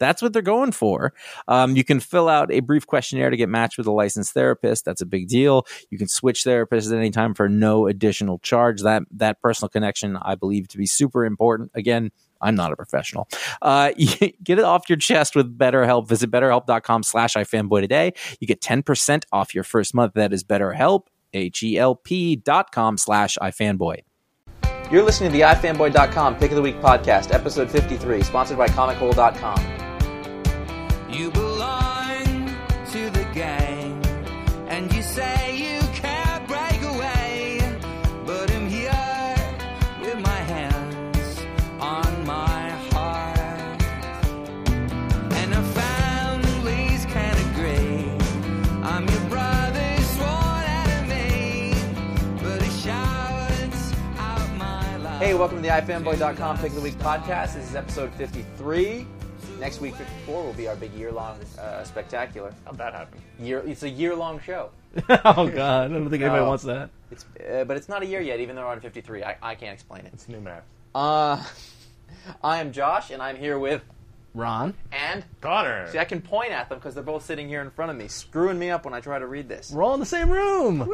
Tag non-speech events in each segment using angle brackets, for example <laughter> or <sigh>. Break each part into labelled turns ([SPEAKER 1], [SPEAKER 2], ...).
[SPEAKER 1] That's what they're going for. Um, you can fill out a brief questionnaire to get matched with a licensed therapist. That's a big deal. You can switch therapists at any time for no additional charge. That that personal connection, I believe, to be super important. Again, I'm not a professional. Uh, <laughs> get it off your chest with BetterHelp. Visit betterhelp.com slash ifanboy today. You get 10% off your first month. That is betterhelp, H-E-L-P dot com slash ifanboy.
[SPEAKER 2] You're listening to the ifanboy.com Pick of the Week podcast, episode 53, sponsored by comichole.com.
[SPEAKER 3] You belong to the game, and you say you can't break away. But I'm here with my hands on my heart, and our families can agree. I'm your brother, sworn enemy, but it shouts out my life.
[SPEAKER 2] Hey, welcome to the ifanboy.com Pick of the Week podcast. This is episode 53. Next week, 54 will be our big year-long uh, spectacular.
[SPEAKER 4] How'd that happen?
[SPEAKER 2] Year, it's a year-long show.
[SPEAKER 5] <laughs> oh god, I don't think anybody
[SPEAKER 2] No.
[SPEAKER 5] wants that.
[SPEAKER 2] It's, uh, but it's not a year yet, even though we're on 53. I, I can't explain it.
[SPEAKER 4] It's new math.
[SPEAKER 2] Uh, <laughs> I am Josh, and I'm here with
[SPEAKER 5] Ron,
[SPEAKER 2] and
[SPEAKER 4] Connor!
[SPEAKER 2] see, I can point at them because they're both sitting here in front of me, screwing me up when I try to read this.
[SPEAKER 5] we're all in the same room,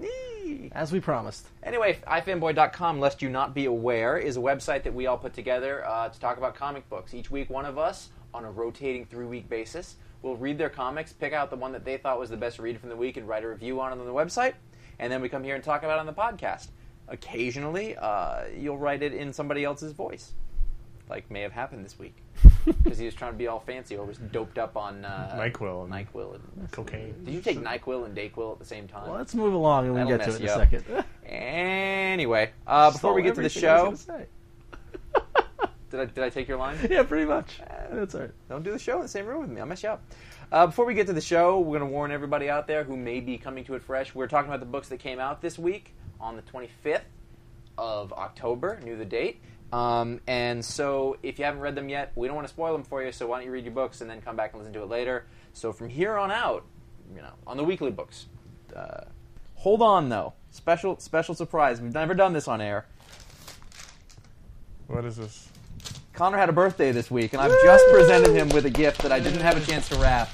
[SPEAKER 2] Yee.
[SPEAKER 5] as we promised.
[SPEAKER 2] Anyway, ifanboy.com, lest you not be aware, is a website that we all put together uh, to talk about comic books. Each week, one of us, on a rotating three week basis, will read their comics, pick out the one that they thought was the best read from the week, and write a review on it on the website. And then we come here and talk about it on the podcast. Occasionally, uh, you'll write it in somebody else's voice, like may have happened this week. Because he was trying to be all fancy or was doped up on uh,
[SPEAKER 4] NyQuil and
[SPEAKER 2] NyQuil and-
[SPEAKER 4] cocaine.
[SPEAKER 2] Did you take NyQuil and DayQuil at the same time?
[SPEAKER 5] Well, let's move along and we
[SPEAKER 2] That'll
[SPEAKER 5] can get to it in a
[SPEAKER 2] mess you
[SPEAKER 5] second.
[SPEAKER 2] uh, Anyway, uh, before we get to the show, Did I, did I take your line?
[SPEAKER 3] Yeah, pretty much.
[SPEAKER 2] Uh,
[SPEAKER 3] That's all right.
[SPEAKER 2] Don't do the show in the same room with me. I'll mess you up. Uh, before we get to the show, we're going to warn everybody out there who may be coming to it fresh. We're talking about the books that came out this week on the 25th of October. Knew the date. Um, and so if you haven't read them yet, we don't want to spoil them for you, so why don't you read your books and then come back and listen to it later. So from here on out, you know, on the weekly books. Uh, hold on, though. Special, special surprise. We've never done this on air.
[SPEAKER 4] What is this?
[SPEAKER 2] Connor had a birthday this week, and I've just presented him with a gift that I didn't have a chance to wrap.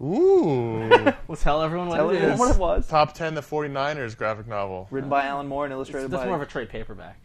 [SPEAKER 4] Ooh.
[SPEAKER 2] <laughs>
[SPEAKER 3] Well, tell everyone what
[SPEAKER 2] Tell
[SPEAKER 3] it
[SPEAKER 2] everyone
[SPEAKER 3] is.
[SPEAKER 2] what it was.
[SPEAKER 4] Top 10 The 49ers graphic novel.
[SPEAKER 2] Written by Alan Moore and illustrated
[SPEAKER 3] That's
[SPEAKER 2] by.
[SPEAKER 3] more of a trade paperback.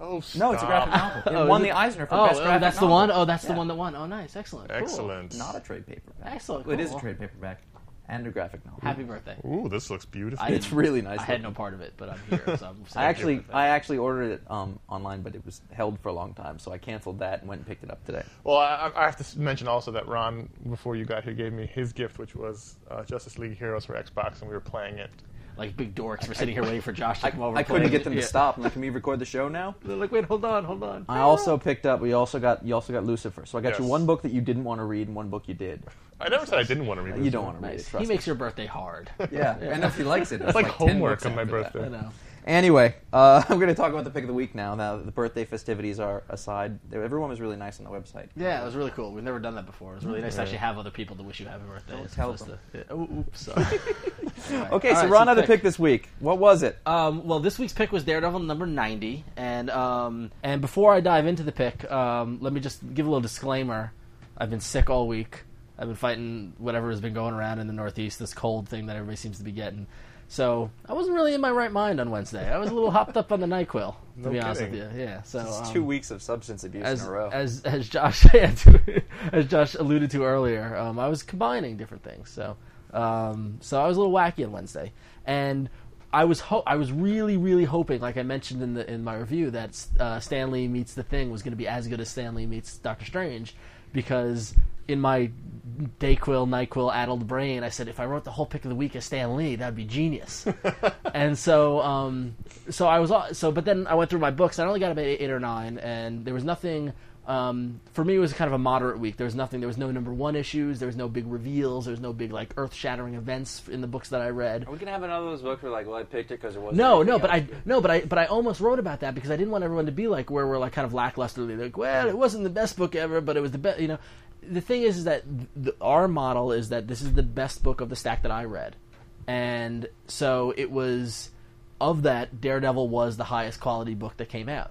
[SPEAKER 4] Oh, stop.
[SPEAKER 2] no, it's a <laughs> graphic novel. It
[SPEAKER 3] Oh,
[SPEAKER 2] won
[SPEAKER 3] is
[SPEAKER 2] the
[SPEAKER 3] it?
[SPEAKER 2] Eisner for
[SPEAKER 3] Oh,
[SPEAKER 2] best
[SPEAKER 3] oh,
[SPEAKER 2] graphic
[SPEAKER 3] that's the
[SPEAKER 2] novel.
[SPEAKER 3] one. Oh, that's
[SPEAKER 2] Yeah.
[SPEAKER 3] the one that won. Oh, nice, excellent. Cool.
[SPEAKER 4] Excellent.
[SPEAKER 2] Not a trade paperback.
[SPEAKER 3] Excellent.
[SPEAKER 2] It is a
[SPEAKER 3] cool.
[SPEAKER 2] trade paperback and a graphic novel.
[SPEAKER 3] Happy birthday.
[SPEAKER 4] Ooh, this looks beautiful.
[SPEAKER 3] I-
[SPEAKER 2] <laughs> It's really nice.
[SPEAKER 3] I had no part of it, but I'm
[SPEAKER 2] <laughs>
[SPEAKER 3] here. So I'm saying
[SPEAKER 2] I actually,
[SPEAKER 3] happy birthday.
[SPEAKER 2] I actually ordered it um, online, but it was held for a long time, so I canceled that and went and picked it up today.
[SPEAKER 4] well, I, I have to s- mention also that Ron, before you got here, gave me his gift, which was uh, Justice League Heroes for Xbox, and we were playing it.
[SPEAKER 3] like big dorks. We're sitting here waiting for Josh to
[SPEAKER 2] I,
[SPEAKER 3] come over.
[SPEAKER 2] I
[SPEAKER 3] and
[SPEAKER 2] couldn't
[SPEAKER 3] play.
[SPEAKER 2] get them to
[SPEAKER 3] Yeah.
[SPEAKER 2] stop. I'm like, can we record the show now?
[SPEAKER 3] They're like, wait, hold on, hold on.
[SPEAKER 2] I also picked up. We also got. You also got Lucifer. So I got you
[SPEAKER 4] Yes.
[SPEAKER 2] one book that you didn't want to read and one book you did.
[SPEAKER 4] I never said I didn't want to read this.
[SPEAKER 2] You don't want to read it.
[SPEAKER 3] Nice.
[SPEAKER 2] Trust
[SPEAKER 3] He
[SPEAKER 2] me.
[SPEAKER 3] makes your birthday hard.
[SPEAKER 2] <laughs> Yeah, and if he likes it, it's
[SPEAKER 4] like
[SPEAKER 2] 10
[SPEAKER 4] homework
[SPEAKER 2] books
[SPEAKER 4] on my
[SPEAKER 2] after that.
[SPEAKER 4] birthday.
[SPEAKER 3] I know.
[SPEAKER 2] Anyway, uh, <laughs> I'm going to talk about the pick of the week now. Now that the birthday festivities are aside, everyone was really nice on the website.
[SPEAKER 3] Yeah, it was really cool. We've never done that before. It was really nice to actually have other people to wish you happy birthday.
[SPEAKER 2] Don't
[SPEAKER 3] as
[SPEAKER 2] tell
[SPEAKER 3] opposed
[SPEAKER 2] them.
[SPEAKER 3] to- yeah. Oh, oops, sorry.
[SPEAKER 2] Okay,
[SPEAKER 3] All
[SPEAKER 2] so
[SPEAKER 3] right,
[SPEAKER 2] Ron
[SPEAKER 3] so
[SPEAKER 2] had a
[SPEAKER 3] pick.
[SPEAKER 2] pick Uh, this week. What was it?
[SPEAKER 3] <laughs> um, well, this week's pick was Daredevil number ninety, and um, and before I dive into the pick, um, let me just give a little disclaimer. I've been sick all week. I've been fighting whatever has been going around in the Northeast, this cold thing that everybody seems to be getting. So I wasn't really in my right mind on Wednesday. I was a little hopped up on the Nyquil, to
[SPEAKER 4] No
[SPEAKER 3] be honest with
[SPEAKER 4] kidding.
[SPEAKER 3] you. Yeah, so
[SPEAKER 2] It's
[SPEAKER 3] um,
[SPEAKER 2] two weeks of substance abuse
[SPEAKER 3] as,
[SPEAKER 2] in a row.
[SPEAKER 3] as as Josh <laughs> as Josh alluded to earlier, um, I was combining different things. So um, so I was a little wacky on Wednesday, and I was ho- I was really really hoping, like I mentioned in the in my review, that uh, Stanley meets the Thing was going to be as good as Stanley meets Doctor Strange, because in my Dayquil Nyquil addled brain, I said if I wrote the whole pick of the week as Stan Lee, that'd be genius. and so um, so I was all- so but then I went through my books. and I only got about eight, eight or nine, and there was nothing. Um, for me, it was kind of a moderate week. There was nothing. There was no number one issues. There was no big reveals. There was no big like earth shattering events in the books that I read.
[SPEAKER 2] Are we gonna have another of those books where like, well, I picked it because it wasn't.
[SPEAKER 3] No,
[SPEAKER 2] anything
[SPEAKER 3] no, but
[SPEAKER 2] else
[SPEAKER 3] I no, but I but I almost wrote about that because I didn't want everyone to be like where we're like kind of lacklusterly like, well, it wasn't the best book ever, but it was the best. You know, the thing is, is that the, our model is that this is the best book of the stack that I read, and so it was of that Daredevil was the highest quality book that came out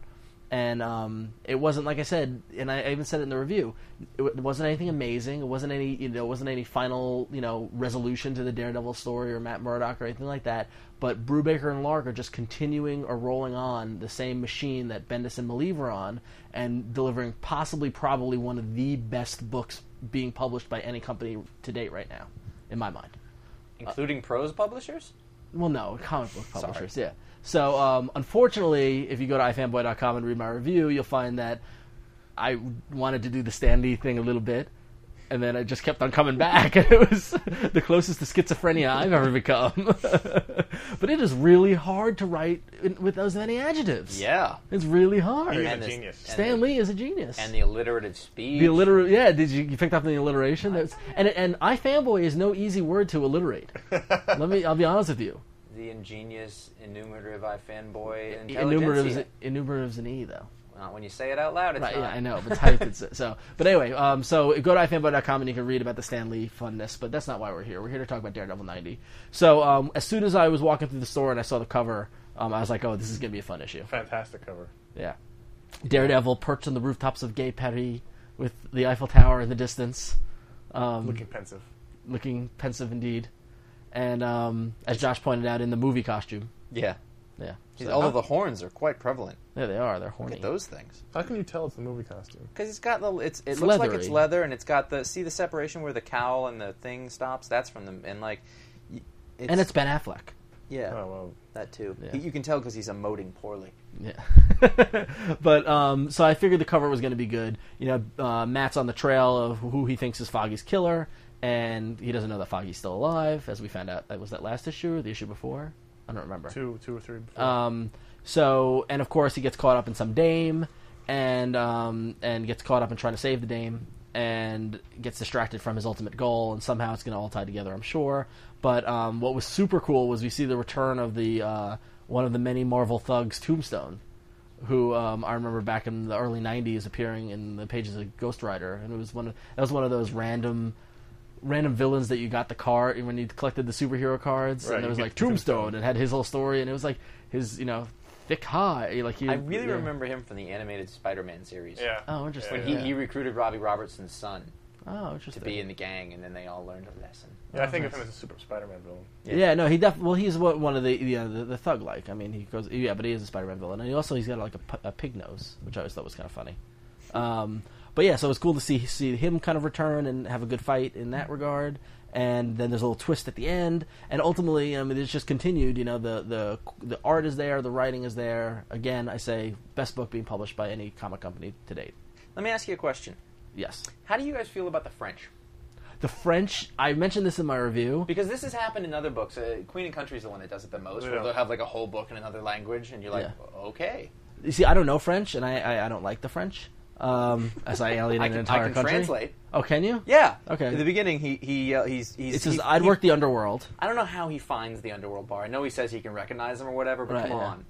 [SPEAKER 3] and um, it wasn't like I said, and I I even said it in the review. It wa- it wasn't anything amazing. It wasn't any, you know, it wasn't any final, you know, resolution to the Daredevil story or Matt Murdock or anything like that. But Brubaker and Lark are just continuing or rolling on the same machine that Bendis and Malieve are on, and delivering possibly, probably one of the best books being published by any company to date right now, in my mind.
[SPEAKER 2] including prose publishers.
[SPEAKER 3] Well, no, comic book publishers, yeah. So, um, unfortunately, if you go to ifanboy.com and read my review, you'll find that I wanted to do the Stanley thing a little bit, and then I just kept on coming back, <laughs> and it was the closest to schizophrenia I've ever become. <laughs> but it is really hard to write in- with those many adjectives.
[SPEAKER 2] Yeah,
[SPEAKER 3] It's really hard.
[SPEAKER 4] He's
[SPEAKER 2] And
[SPEAKER 4] a
[SPEAKER 2] this-
[SPEAKER 4] genius.
[SPEAKER 2] and
[SPEAKER 3] Stan Lee is a genius.
[SPEAKER 2] and the alliterative speech.
[SPEAKER 3] The alliter yeah. Did you, you picked up on the alliteration? That's, and and I fanboy is no easy word to
[SPEAKER 2] <laughs>
[SPEAKER 3] alliterate. Let me. I'll be honest with you.
[SPEAKER 2] the ingenious, enumerative I fanboy.
[SPEAKER 3] Enumeratives,
[SPEAKER 2] intelligentsia.
[SPEAKER 3] enumeratives an E though.
[SPEAKER 2] Not when you say it out loud. It's
[SPEAKER 3] Right, yeah,
[SPEAKER 2] not.
[SPEAKER 3] I know, but typed it's so. But anyway, um, so go to ifanboy.com and you can read about the Stan Lee funness. But that's not why we're here. We're here to talk about Daredevil 90. So um, as soon as I was walking through the store and I saw the cover, um, I was like, oh, this is gonna be a fun issue.
[SPEAKER 4] Fantastic cover.
[SPEAKER 3] Yeah. Daredevil perched on the rooftops of gay Paris with the Eiffel Tower in the distance,
[SPEAKER 4] Looking pensive.
[SPEAKER 3] looking pensive indeed, and um, as Josh pointed out, in the movie costume.
[SPEAKER 2] Yeah.
[SPEAKER 3] Yeah,
[SPEAKER 2] Jeez,
[SPEAKER 3] so- oh,
[SPEAKER 2] Although the horns are quite prevalent.
[SPEAKER 3] there they are. They're horny.
[SPEAKER 2] Look at those things.
[SPEAKER 4] How can you tell it's the movie costume?
[SPEAKER 2] Because it's got the it's it looks like it's
[SPEAKER 3] leathery.
[SPEAKER 2] leather and it's got the see the separation where the cowl and the thing stops. That's from them and like, y- it's,
[SPEAKER 3] and it's Ben Affleck.
[SPEAKER 2] yeah
[SPEAKER 4] Oh, well.
[SPEAKER 2] that too.
[SPEAKER 3] Yeah.
[SPEAKER 2] He- you can tell because he's emoting poorly.
[SPEAKER 3] Yeah. <laughs> but um, so I figured the cover was going to be good. You know, uh, Matt's on the trail of who he thinks is Foggy's killer, and he doesn't know that Foggy's still alive, as we found out. Was that last issue or the issue before? I don't remember. Uh,
[SPEAKER 4] Two, two or three. Before.
[SPEAKER 3] Um, so, and of course, he gets caught up in some dame, and um, and gets caught up in trying to save the dame and gets distracted from his ultimate goal and somehow it's going to all tie together i'm sure but um, what was super cool was we see the return of the uh, one of the many marvel thugs tombstone who um, I remember back in the early '90s appearing in the pages of Ghost Rider, and it was one of that was one of those random, random villains that you got the card when you collected the superhero cards,
[SPEAKER 4] Right,
[SPEAKER 3] and
[SPEAKER 4] you
[SPEAKER 3] there was
[SPEAKER 4] get
[SPEAKER 3] like
[SPEAKER 4] the Tombstone.
[SPEAKER 3] Tombstone, and had his whole story, and it was like his you know thick high, eh, like he,
[SPEAKER 2] I really
[SPEAKER 3] yeah.
[SPEAKER 2] remember him from the animated Spider-Man series.
[SPEAKER 4] Yeah.
[SPEAKER 3] Oh, interesting.
[SPEAKER 4] Yeah,
[SPEAKER 2] When he,
[SPEAKER 4] yeah.
[SPEAKER 2] he recruited Robbie Robertson's son
[SPEAKER 3] Oh,
[SPEAKER 2] to
[SPEAKER 3] interesting.
[SPEAKER 2] be in the gang, and then they all learned a lesson.
[SPEAKER 4] Yeah, I think of him as a super Spider-Man villain.
[SPEAKER 3] yeah. no, he def well he's what one of the you know, the, the thug like. I mean, he goes yeah, but he is a Spider-Man villain, and he also he's got like a, pu- a pig nose, which I always thought was kind of funny. Um, but yeah, so it was cool to see see him kind of return and have a good fight in that regard. And then there's a little twist at the end, and ultimately, I mean, it's just continued. You know, the the the art is there, the writing is there. Again, I say best book being published by any comic company to date.
[SPEAKER 2] Let me ask you a question.
[SPEAKER 3] Yes,
[SPEAKER 2] How do you guys feel about the French?
[SPEAKER 3] the French. I mentioned this in my review.
[SPEAKER 2] Because this has happened in other books. Uh, Queen and Country is the one that does it the most.
[SPEAKER 4] They
[SPEAKER 2] where
[SPEAKER 4] don't.
[SPEAKER 2] they'll have like a whole book in another language, and you're like,
[SPEAKER 3] Yeah.
[SPEAKER 2] okay,
[SPEAKER 3] You see, I don't know French, and I I, I don't like the French. Um, as I alienate
[SPEAKER 2] <laughs> I
[SPEAKER 3] an
[SPEAKER 2] can, I
[SPEAKER 3] entire
[SPEAKER 2] can
[SPEAKER 3] country.
[SPEAKER 2] translate.
[SPEAKER 3] Oh, can you?
[SPEAKER 2] Yeah.
[SPEAKER 3] Okay.
[SPEAKER 2] At the beginning, he he uh, he's he's.
[SPEAKER 3] It says
[SPEAKER 2] he-
[SPEAKER 3] I'd
[SPEAKER 2] he-
[SPEAKER 3] work the underworld.
[SPEAKER 2] I don't know how he finds the underworld bar. I know he says he can recognize them or whatever, but
[SPEAKER 3] Right,
[SPEAKER 2] come
[SPEAKER 3] yeah.
[SPEAKER 2] on.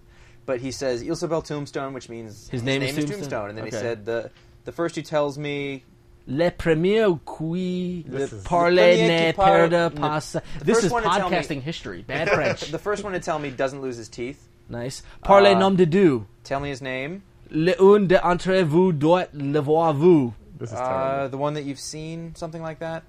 [SPEAKER 2] But he says Ilsabel Tombstone, which means
[SPEAKER 3] His name is Tombstone?
[SPEAKER 2] and then he
[SPEAKER 3] Okay.
[SPEAKER 2] said the the first who tells me
[SPEAKER 3] Le premier qui le
[SPEAKER 4] This is-
[SPEAKER 3] parle
[SPEAKER 2] Le premier
[SPEAKER 3] ne
[SPEAKER 2] qui parle-
[SPEAKER 3] perde
[SPEAKER 2] ne-
[SPEAKER 3] pas. sa-
[SPEAKER 2] The
[SPEAKER 3] This
[SPEAKER 2] first
[SPEAKER 3] is
[SPEAKER 2] one to tell me-
[SPEAKER 3] podcasting
[SPEAKER 2] <laughs>
[SPEAKER 3] history. Bad French.
[SPEAKER 2] the first one to tell me doesn't lose his teeth.
[SPEAKER 3] nice. Parle
[SPEAKER 2] Uh,
[SPEAKER 3] nom de Dieu.
[SPEAKER 2] Tell me his name.
[SPEAKER 3] Le un de entre vous doit le voir vous.
[SPEAKER 4] This is
[SPEAKER 2] Uh,
[SPEAKER 4] terrible.
[SPEAKER 2] the one that you've seen, something like that.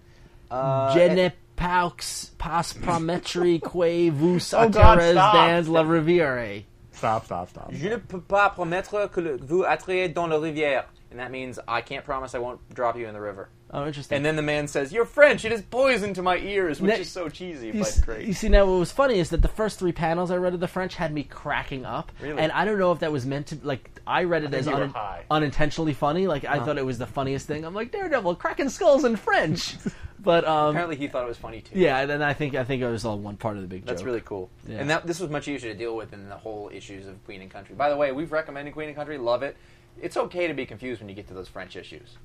[SPEAKER 2] Uh,
[SPEAKER 3] Je
[SPEAKER 2] and-
[SPEAKER 3] ne pas pas
[SPEAKER 2] <laughs>
[SPEAKER 3] promettre que vous
[SPEAKER 4] Oh, God,
[SPEAKER 3] sortirez
[SPEAKER 4] stop.
[SPEAKER 3] dans la rivière.
[SPEAKER 4] Stop, stop, stop.
[SPEAKER 2] Je ne peux pas promettre que le- vous attirez dans la rivière. And that means I can't promise I won't drop you in the river.
[SPEAKER 3] Oh, interesting.
[SPEAKER 2] And then the man says, "You're French. It is poison to my ears," which
[SPEAKER 3] Ne-
[SPEAKER 2] is so cheesy,
[SPEAKER 3] You,
[SPEAKER 2] but
[SPEAKER 3] s-
[SPEAKER 2] great.
[SPEAKER 3] you see, now what was funny is that the first three panels I read of the French had me cracking up,
[SPEAKER 2] Really?
[SPEAKER 3] and I don't know if that was meant to like. I read it as
[SPEAKER 4] you were
[SPEAKER 3] un-
[SPEAKER 4] high.
[SPEAKER 3] unintentionally funny. Like
[SPEAKER 2] Uh-huh.
[SPEAKER 3] I thought it was the funniest thing. I'm like Daredevil cracking skulls in
[SPEAKER 2] <laughs>
[SPEAKER 3] French, but um,
[SPEAKER 2] Apparently, he thought it was funny too.
[SPEAKER 3] yeah. And then I think I think it was all one part of the big.
[SPEAKER 2] That's
[SPEAKER 3] joke.
[SPEAKER 2] really cool.
[SPEAKER 3] Yeah.
[SPEAKER 2] And that this was much easier to deal with than the whole issues of Queen and Country. By the way, we've recommended Queen and Country. Love it. It's okay to be confused when you get to those French issues.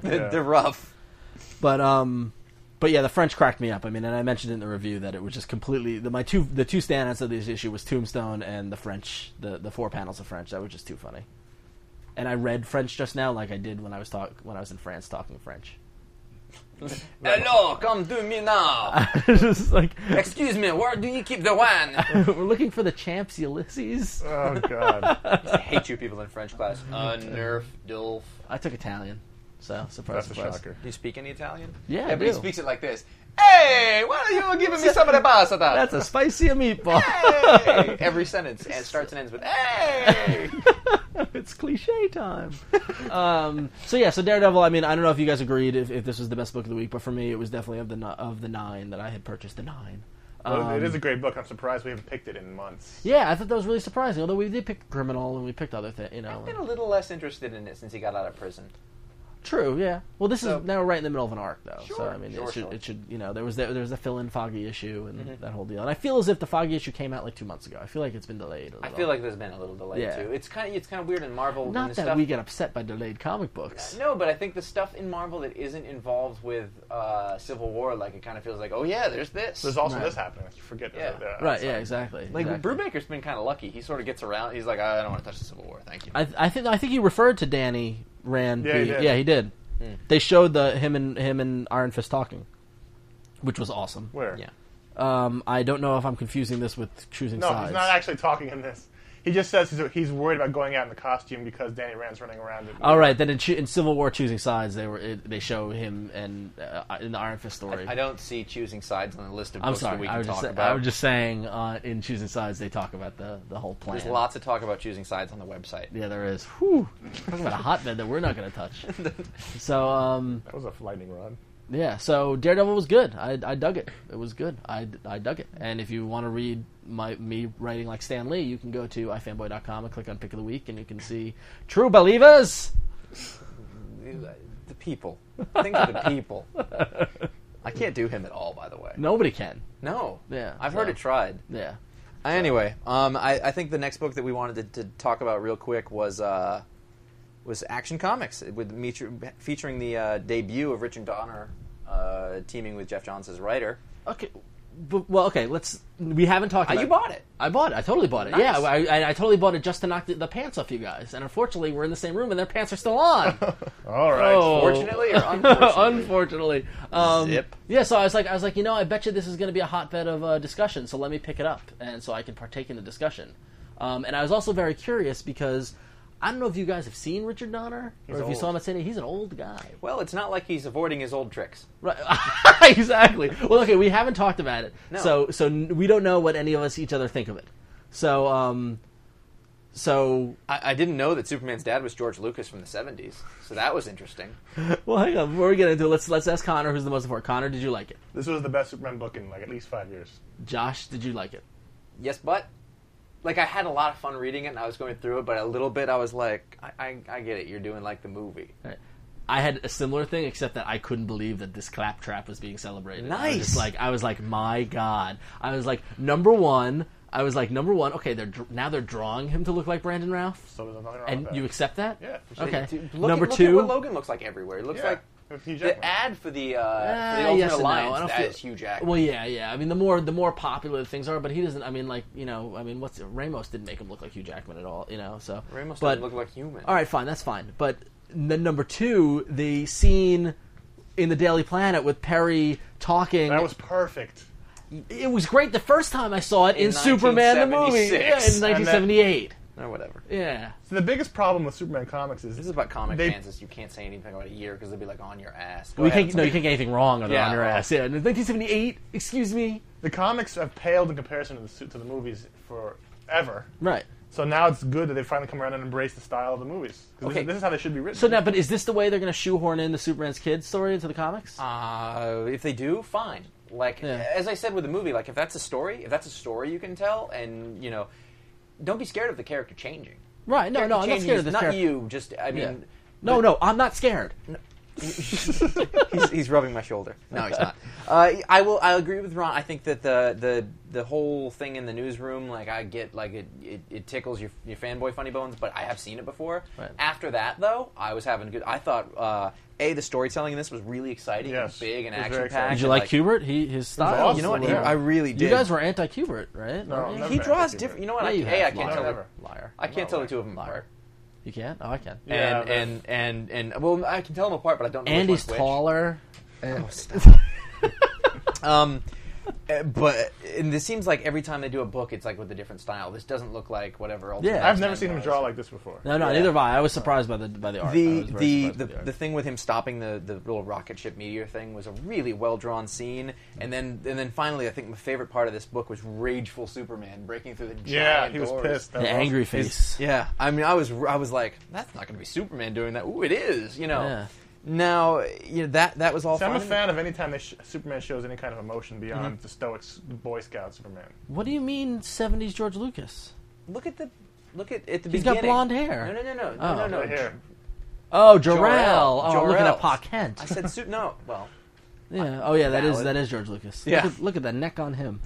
[SPEAKER 2] they're,
[SPEAKER 4] Yeah.
[SPEAKER 2] they're rough.
[SPEAKER 3] But um, but yeah, the French cracked me up. I mean, and I mentioned in the review that it was just completely the, my two the two standouts of this issue was Tombstone and the French, the the four panels of French. That was just too funny. And I read French just now, like I did when I was talk when I was in France talking French. <laughs>
[SPEAKER 2] Hello, come to me now.
[SPEAKER 3] <laughs> just like
[SPEAKER 2] Excuse me, where do you keep the wine?
[SPEAKER 3] we're looking for the champs, Ulysses.
[SPEAKER 4] <laughs> Oh God,
[SPEAKER 2] I hate you people in French class. Uh, nerf, dilf.
[SPEAKER 3] I took Italian, so surprise,
[SPEAKER 4] that's a
[SPEAKER 3] surprise.
[SPEAKER 4] shocker.
[SPEAKER 2] Do you speak any Italian?
[SPEAKER 3] Yeah, I
[SPEAKER 2] but he
[SPEAKER 3] do.
[SPEAKER 2] speaks it like this. Hey, why are you giving me some of the pasta?
[SPEAKER 3] That's a spicy meatball. <laughs>
[SPEAKER 2] hey! Every sentence and starts and ends with hey.
[SPEAKER 3] <laughs> it's cliche time. um, so yeah, so Daredevil. I mean, I don't know if you guys agreed if, if this was the best book of the week, but for me, it was definitely of the ni- of the nine that I had purchased. The nine.
[SPEAKER 4] Well, it
[SPEAKER 3] Um,
[SPEAKER 4] is a great book. I'm surprised we haven't picked it in months.
[SPEAKER 3] Yeah, I thought that was really surprising. Although we did pick Criminal and we picked other things, you know.
[SPEAKER 2] I've been a little less interested in it since he got out of prison.
[SPEAKER 3] True, yeah. Well, this
[SPEAKER 2] So-
[SPEAKER 3] is now right in the middle of an arc, though. so
[SPEAKER 2] Sure,
[SPEAKER 3] I mean,
[SPEAKER 2] sure,
[SPEAKER 3] it should
[SPEAKER 2] sure. Mm-hmm.
[SPEAKER 3] it should you know there was the, there was a fill in Foggy issue and that whole deal. And I feel as if the Foggy issue came out like two months ago. I feel like it's been delayed. a
[SPEAKER 2] I
[SPEAKER 3] little.
[SPEAKER 2] feel like there's been a little delay
[SPEAKER 3] Yeah.
[SPEAKER 2] too. It's kind of it's kind of weird in Marvel. when
[SPEAKER 3] not
[SPEAKER 2] the
[SPEAKER 3] that
[SPEAKER 2] stuff,
[SPEAKER 3] we get upset by delayed comic books.
[SPEAKER 2] No, but I think the stuff in Marvel that isn't involved with uh, Civil War, like it kind of feels like, oh yeah, there's this.
[SPEAKER 4] There's also
[SPEAKER 3] Right.
[SPEAKER 4] this happening. You forget. Uh,
[SPEAKER 2] Yeah.
[SPEAKER 4] the- the
[SPEAKER 3] right?
[SPEAKER 4] outside.
[SPEAKER 3] Yeah, exactly.
[SPEAKER 2] like
[SPEAKER 3] exactly.
[SPEAKER 2] Brubaker's been kind of lucky. He sort of gets around. He's like, I don't want to touch the Civil War. Thank you.
[SPEAKER 3] I, I think I think he referred to Danny Rand.
[SPEAKER 4] Yeah, he
[SPEAKER 3] being-
[SPEAKER 4] did.
[SPEAKER 3] yeah, he did.
[SPEAKER 2] Hmm.
[SPEAKER 3] They showed the him and him and Iron Fist talking, which was awesome.
[SPEAKER 4] Where?
[SPEAKER 2] yeah.
[SPEAKER 3] Um, I don't know if I'm confusing this with choosing
[SPEAKER 4] No,
[SPEAKER 3] sides.
[SPEAKER 4] he's not actually talking in this. He just says he's, he's worried about going out in the costume because Danny Rand's running around. in-
[SPEAKER 3] All right, then in, Chu- in Civil War choosing sides, they were it, they show him and uh, in the Iron Fist story.
[SPEAKER 2] I don't see choosing sides on the list of
[SPEAKER 3] am
[SPEAKER 2] books that
[SPEAKER 3] sorry,
[SPEAKER 2] we
[SPEAKER 3] I
[SPEAKER 2] can
[SPEAKER 3] was,
[SPEAKER 2] talk
[SPEAKER 3] just, sa-
[SPEAKER 2] about.
[SPEAKER 3] I was just saying uh, in choosing sides they talk about the the whole plan.
[SPEAKER 2] There's lots of talk about choosing sides on the website.
[SPEAKER 3] Yeah, there is. Whew. Talking about a hotbed that we're not going to
[SPEAKER 2] <laughs>
[SPEAKER 3] touch. So um,
[SPEAKER 4] That was a lightning rod.
[SPEAKER 3] Yeah, so Daredevil was good. I, I dug it. It was good. I, I dug it. And if you want to read my me writing like Stan Lee, you can go to ifanboy.com and click on Pick of the Week, and you can see True Believers.
[SPEAKER 2] The people. Think of the people. I can't do him at all, by the way.
[SPEAKER 3] Nobody can.
[SPEAKER 2] No.
[SPEAKER 3] Yeah,
[SPEAKER 2] I've heard
[SPEAKER 3] so-
[SPEAKER 2] it tried.
[SPEAKER 3] Yeah.
[SPEAKER 2] Anyway, um, I, I think the next book that we wanted to, to talk about real quick was uh, was Action Comics with meatur- featuring the uh, debut of Richard Donner uh, teaming with Jeff Johns as writer.
[SPEAKER 3] Okay. But, well, okay. Let's. We haven't talked.
[SPEAKER 2] Uh,
[SPEAKER 3] about
[SPEAKER 2] you bought it.
[SPEAKER 3] I bought it. I totally bought it.
[SPEAKER 2] Nice.
[SPEAKER 3] Yeah, I, I, I totally bought it just to knock the, the pants off you guys. And unfortunately, we're in the same room, and their pants are still on.
[SPEAKER 2] <laughs>
[SPEAKER 4] All right.
[SPEAKER 3] Oh. <laughs>
[SPEAKER 2] Fortunately or unfortunately?
[SPEAKER 3] unfortunately, um,
[SPEAKER 2] Zip.
[SPEAKER 3] Yeah, so I was like, I was like, you know, I bet you this is going to be a hotbed of uh, discussion. So let me pick it up, and so I can partake in the discussion. Um, and I was also very curious because I don't know if you guys have seen Richard Donner or if you
[SPEAKER 4] old.
[SPEAKER 3] saw him at San He's an old guy.
[SPEAKER 2] well, it's not like he's avoiding his old tricks.
[SPEAKER 3] Right. <laughs> exactly. Well, okay, we haven't talked about it,
[SPEAKER 2] No.
[SPEAKER 3] so so n- we don't know what any of us each other think of it. So um, so
[SPEAKER 2] I, I didn't know that Superman's dad was George Lucas from the 70s, so that was interesting.
[SPEAKER 3] well, hang on. Before we get into it, let's let's ask Connor, who's the most important. Connor, did you like it?
[SPEAKER 4] This was the best Superman book in like at least five years.
[SPEAKER 3] Josh, did you like it?
[SPEAKER 2] Yes, but like I had a lot of fun reading it and I was going through it, but a little bit I was like, I, I, I get it. You're doing like the movie.
[SPEAKER 3] I had a similar thing, except that I couldn't believe that this claptrap was being celebrated. I was
[SPEAKER 2] Nice.
[SPEAKER 3] just like I was like, my god. I was like, number one. I was like, number one. Okay, they're dr- now they're drawing him to look like Brandon Ralph,
[SPEAKER 4] So there's nothing wrong
[SPEAKER 3] and
[SPEAKER 4] with that.
[SPEAKER 3] you accept that?
[SPEAKER 4] Yeah, for sure.
[SPEAKER 3] Okay.
[SPEAKER 2] Dude, look
[SPEAKER 3] number
[SPEAKER 2] at,
[SPEAKER 3] two.
[SPEAKER 2] Look at what Logan looks like everywhere. It looks
[SPEAKER 4] yeah.
[SPEAKER 2] like
[SPEAKER 4] With Hugh
[SPEAKER 2] the
[SPEAKER 4] Jackman.
[SPEAKER 2] ad for the uh,
[SPEAKER 3] Uh,
[SPEAKER 2] for the Ultimate
[SPEAKER 3] yes and no. I
[SPEAKER 2] Alliance.
[SPEAKER 3] don't
[SPEAKER 2] That is
[SPEAKER 3] feel-
[SPEAKER 2] Hugh Jackman.
[SPEAKER 3] Well, yeah, yeah. I mean, the more the more popular things are, but he doesn't. I mean, like you know, I mean, what's Ramos didn't make him look like Hugh Jackman at all, you know. So
[SPEAKER 2] Ramos
[SPEAKER 3] but,
[SPEAKER 2] doesn't look like human.
[SPEAKER 3] All right, fine, that's fine. But then number two, the scene in the Daily Planet with Perry talking.
[SPEAKER 4] That was perfect.
[SPEAKER 3] it was great the first time I saw it in, Superman the movie yeah,
[SPEAKER 2] 1976.
[SPEAKER 3] in 1978.
[SPEAKER 2] Or whatever.
[SPEAKER 3] Yeah.
[SPEAKER 4] So the biggest problem with Superman comics is
[SPEAKER 2] This is about comic
[SPEAKER 4] They-
[SPEAKER 2] fans. Is you can't say anything about a year because they'll be like "Oh, on your ass. Go
[SPEAKER 3] We
[SPEAKER 2] ahead,
[SPEAKER 3] can't, no, you can't get anything wrong on,
[SPEAKER 2] Yeah.
[SPEAKER 3] on your ass. Yeah, in 1978. Excuse me.
[SPEAKER 4] the comics have paled in comparison to the su- to the movies forever.
[SPEAKER 3] Right.
[SPEAKER 4] So now it's good that they finally come around and embrace the style of the movies. 'Cause
[SPEAKER 3] Okay.
[SPEAKER 4] This, this is how they should be written.
[SPEAKER 3] So now, but is this the way they're going to shoehorn in the Superman's kid story into the comics?
[SPEAKER 2] Uh, if they do, fine. Like
[SPEAKER 3] Yeah.
[SPEAKER 2] as I said with the movie, like if that's a story, if that's a story you can tell, and you know, don't be scared of the character changing.
[SPEAKER 3] Right? No,
[SPEAKER 2] Character
[SPEAKER 3] no, I'm not
[SPEAKER 2] changing
[SPEAKER 3] scared
[SPEAKER 2] is
[SPEAKER 3] of this
[SPEAKER 2] Not
[SPEAKER 3] character.
[SPEAKER 2] you. Just I mean,
[SPEAKER 3] Yeah. <laughs> No, no, I'm not scared.
[SPEAKER 2] he's, he's rubbing my shoulder. No, he's not. <laughs> Uh, I will. I agree with Ron. I think that the the the whole thing in the newsroom, like I get, like it it, it tickles your your fanboy funny bones. But I have seen it before.
[SPEAKER 3] Right.
[SPEAKER 2] After that, though, I was having good. I thought uh, a the storytelling in this was really exciting,
[SPEAKER 4] Yes.
[SPEAKER 2] and big, and
[SPEAKER 4] It was
[SPEAKER 2] action
[SPEAKER 4] very
[SPEAKER 2] packed.
[SPEAKER 4] exciting.
[SPEAKER 3] Did you like Kubert? He his style.
[SPEAKER 4] awesome.
[SPEAKER 2] You know what?
[SPEAKER 4] Yeah.
[SPEAKER 2] I really did.
[SPEAKER 3] You guys were anti Kubert, right?
[SPEAKER 4] No,
[SPEAKER 3] Weren't you?
[SPEAKER 4] never.
[SPEAKER 2] He draws
[SPEAKER 4] Vancouver.
[SPEAKER 2] different. You know what?
[SPEAKER 3] Yeah,
[SPEAKER 2] I,
[SPEAKER 3] you
[SPEAKER 2] hey,
[SPEAKER 3] have.
[SPEAKER 2] I can't
[SPEAKER 3] Liar.
[SPEAKER 2] tell.
[SPEAKER 4] Never.
[SPEAKER 3] Liar.
[SPEAKER 2] I can't tell the two of them
[SPEAKER 3] Liar.
[SPEAKER 2] apart.
[SPEAKER 3] You can't? Oh, I can.
[SPEAKER 4] Yeah,
[SPEAKER 2] and,
[SPEAKER 4] but-
[SPEAKER 2] and and and well, I can tell them apart, but I don't. know
[SPEAKER 3] And
[SPEAKER 2] which
[SPEAKER 3] he's Oh,
[SPEAKER 2] one's which.
[SPEAKER 3] taller.
[SPEAKER 2] <laughs> Um, uh, but and this seems like every time they do a book, it's like with a different style. This doesn't look like whatever. Ultimate
[SPEAKER 3] Yeah.
[SPEAKER 4] I've
[SPEAKER 2] X-Men
[SPEAKER 4] never seen him
[SPEAKER 2] was.
[SPEAKER 4] draw like this before.
[SPEAKER 3] No, no,
[SPEAKER 2] Yeah.
[SPEAKER 3] neither have I. I was surprised by the by the art. I
[SPEAKER 2] The
[SPEAKER 3] was very
[SPEAKER 2] the
[SPEAKER 3] surprised
[SPEAKER 2] the,
[SPEAKER 3] by art.
[SPEAKER 2] the thing with him stopping the, the little rocket ship meteor thing was a really well drawn scene, and then and then finally, I think my favorite part of this book was rageful Superman breaking through the giant
[SPEAKER 4] Yeah, he was
[SPEAKER 2] doors.
[SPEAKER 4] pissed. That
[SPEAKER 3] the
[SPEAKER 4] was
[SPEAKER 3] angry
[SPEAKER 4] awesome.
[SPEAKER 3] face.
[SPEAKER 2] Yeah, I mean, I was I was like, that's not going to be Superman doing that. Ooh, it is, you know.
[SPEAKER 3] Yeah.
[SPEAKER 2] Now, you know that that was all.
[SPEAKER 4] See, I'm a
[SPEAKER 2] fine. Mm-hmm.
[SPEAKER 4] fan of any time that sh- Superman shows any kind of emotion beyond the Stoic s- Boy Scout Superman.
[SPEAKER 3] What do you mean, seventies George Lucas?
[SPEAKER 2] Look at the look at at the
[SPEAKER 3] He's got
[SPEAKER 2] beginning.
[SPEAKER 3] blonde hair.
[SPEAKER 2] No, no, no, no,
[SPEAKER 3] Oh.
[SPEAKER 2] no, no,
[SPEAKER 4] Right
[SPEAKER 2] no.
[SPEAKER 4] here.
[SPEAKER 3] Oh, Jor-El.
[SPEAKER 2] Jor-El.
[SPEAKER 3] Oh, I'm looking at
[SPEAKER 2] Jor-El's.
[SPEAKER 3] Pa Kent.
[SPEAKER 2] I said suit. No, well,
[SPEAKER 3] yeah. Oh, yeah. That is
[SPEAKER 2] Valid.
[SPEAKER 3] that is George Lucas.
[SPEAKER 2] Yeah.
[SPEAKER 3] Look at, look at the neck on him.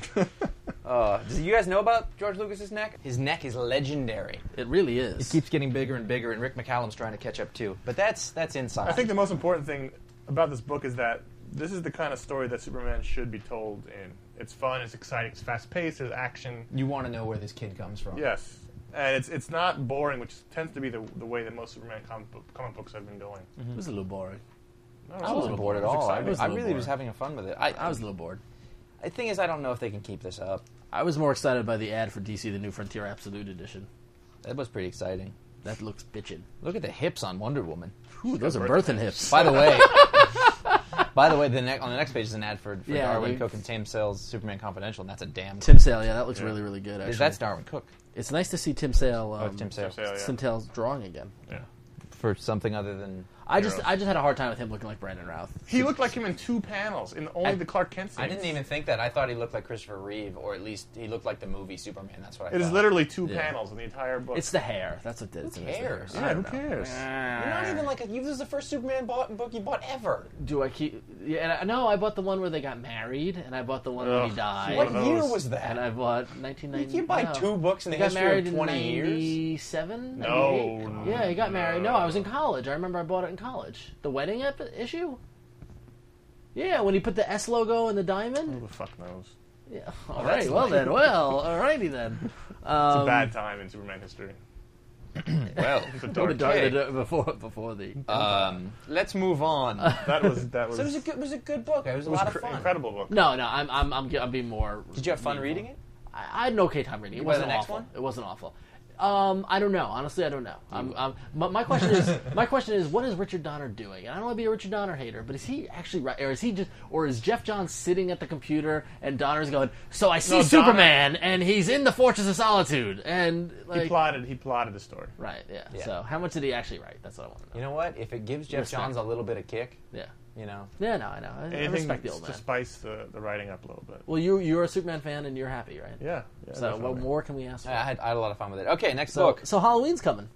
[SPEAKER 2] uh, do you guys know about George Lucas's neck? His neck is legendary.
[SPEAKER 3] It really is.
[SPEAKER 2] Keeps getting bigger and bigger, and Rick McCallum's trying to catch up too. But that's that's inside.
[SPEAKER 4] I think the most important thing about this book is that this is the kind of story that Superman should be told in. It's fun, it's exciting, it's fast paced, there's action.
[SPEAKER 2] you want to know where this kid comes from.
[SPEAKER 4] Yes. And it's it's not boring, which tends to be the, the way that most Superman comic, book, comic books have been going.
[SPEAKER 2] Mm-hmm.
[SPEAKER 3] It was a little boring.
[SPEAKER 4] No,
[SPEAKER 2] I wasn't bored at
[SPEAKER 4] It's
[SPEAKER 2] all. I,
[SPEAKER 4] exciting.
[SPEAKER 3] Oh, was a
[SPEAKER 2] I
[SPEAKER 3] little
[SPEAKER 2] really
[SPEAKER 3] bored.
[SPEAKER 2] was having fun with it. I,
[SPEAKER 3] I was a little bored.
[SPEAKER 2] The thing is, I don't know if they can keep this up.
[SPEAKER 3] I was more excited by the ad for DC: The New Frontier Absolute Edition.
[SPEAKER 2] That was pretty exciting.
[SPEAKER 3] That looks bitchin'.
[SPEAKER 2] Look at the hips on Wonder Woman.
[SPEAKER 3] Ooh, those are birthing hips.
[SPEAKER 2] By the <laughs> way, by the way, the ne- on the next page is an ad for, for
[SPEAKER 3] Yeah,
[SPEAKER 2] Darwin
[SPEAKER 3] they-
[SPEAKER 2] Cook and Tim Sale's Superman Confidential, and that's a damn.
[SPEAKER 3] Tim Sale, yeah, that looks really, really good. Actually,
[SPEAKER 2] is that's Darwin Cook
[SPEAKER 3] it's nice to see Tim Sale. Um,
[SPEAKER 2] Tim Sale
[SPEAKER 4] So, yeah.
[SPEAKER 3] Tim Sale's drawing again.
[SPEAKER 4] Yeah.
[SPEAKER 2] for something other than
[SPEAKER 3] I just
[SPEAKER 4] Heroes.
[SPEAKER 3] I just had a hard time with him looking like Brandon Routh.
[SPEAKER 4] He looked like him in two panels in only
[SPEAKER 2] I-
[SPEAKER 4] the Clark Kent.
[SPEAKER 2] I
[SPEAKER 4] scenes.
[SPEAKER 2] didn't even think that. I thought he looked like Christopher Reeve, or at least he looked like the movie Superman. That's what I
[SPEAKER 4] It
[SPEAKER 2] thought.
[SPEAKER 4] is literally two
[SPEAKER 3] Yeah.
[SPEAKER 4] panels in the entire book.
[SPEAKER 3] It's the hair. That's what it is. It's the hair.
[SPEAKER 2] cares?
[SPEAKER 4] yeah, who cares?
[SPEAKER 2] You're not even like a, you. This is the first Superman bought, book you bought ever.
[SPEAKER 3] Do I keep? Yeah, and I, no, I bought the one where they got married, and I bought the one when
[SPEAKER 4] Ugh.
[SPEAKER 3] he died.
[SPEAKER 4] One
[SPEAKER 2] What
[SPEAKER 4] of
[SPEAKER 2] year
[SPEAKER 4] those.
[SPEAKER 2] was
[SPEAKER 3] And
[SPEAKER 2] <laughs> that?
[SPEAKER 3] I bought 1990.
[SPEAKER 2] You can't buy
[SPEAKER 3] no.
[SPEAKER 2] two books in the
[SPEAKER 3] He got
[SPEAKER 2] history of
[SPEAKER 3] married in
[SPEAKER 2] 20 years?
[SPEAKER 3] 97,
[SPEAKER 4] No,
[SPEAKER 3] 98?
[SPEAKER 4] no,
[SPEAKER 3] Yeah, he got married. No,
[SPEAKER 4] no.
[SPEAKER 3] I was in college. I remember I bought it in college. The wedding ep- issue. Yeah, when he put the S logo in the diamond.
[SPEAKER 2] Mm.
[SPEAKER 4] Who the fuck knows? It's
[SPEAKER 3] Yeah. All right. Well then. Well. All righty
[SPEAKER 2] <laughs>
[SPEAKER 3] then. Um,
[SPEAKER 4] a bad time in Superman history.
[SPEAKER 2] Well,
[SPEAKER 4] It's a
[SPEAKER 3] go to
[SPEAKER 4] dark.
[SPEAKER 3] dark-
[SPEAKER 2] Okay.
[SPEAKER 3] the- before before the. uh,
[SPEAKER 2] um, let's move <laughs> on. so
[SPEAKER 4] That was that was.
[SPEAKER 2] it was a good, it was a good book. It was a
[SPEAKER 4] it was
[SPEAKER 2] lot of
[SPEAKER 4] cr-
[SPEAKER 2] fun.
[SPEAKER 4] incredible book.
[SPEAKER 3] no, no. I'm I'm I'm, I'm being more.
[SPEAKER 2] Did you have fun reading it?
[SPEAKER 3] I, I had an okay time reading. It
[SPEAKER 2] You buy the
[SPEAKER 3] wasn't
[SPEAKER 2] next
[SPEAKER 3] awful.
[SPEAKER 2] one?
[SPEAKER 3] It wasn't awful. Um, I don't know. Honestly, I don't know. I'm, I'm, my, my
[SPEAKER 4] <laughs>
[SPEAKER 3] question is, my question is, what is Richard Donner doing? And I don't want to be a Richard Donner hater, but is he actually right, or is he just, or is Jeff Johns sitting at the computer and Donner's going, "So I see
[SPEAKER 4] No, Donner-
[SPEAKER 3] Superman, and he's in the Fortress of Solitude," and like,
[SPEAKER 4] He plotted. He plotted the story.
[SPEAKER 3] right? Yeah.
[SPEAKER 2] Yeah.
[SPEAKER 3] So how much did he actually write? That's what I want to
[SPEAKER 2] You
[SPEAKER 3] know.
[SPEAKER 2] know what? If it gives Jeff
[SPEAKER 3] Respect.
[SPEAKER 2] Johns a little bit of kick,
[SPEAKER 3] Yeah.
[SPEAKER 2] you know,
[SPEAKER 3] Yeah. No, I know. I, I
[SPEAKER 4] Anything
[SPEAKER 3] respect the old
[SPEAKER 4] to
[SPEAKER 3] man.
[SPEAKER 4] spice the, the writing up a little bit.
[SPEAKER 3] Well, you you're a Superman fan, and you're happy, right?
[SPEAKER 4] Yeah. yeah
[SPEAKER 3] So
[SPEAKER 4] definitely.
[SPEAKER 3] what more can we ask? For?
[SPEAKER 2] I had, I had a lot of fun with it. Okay, next
[SPEAKER 3] so,
[SPEAKER 2] book.
[SPEAKER 3] so Halloween's coming.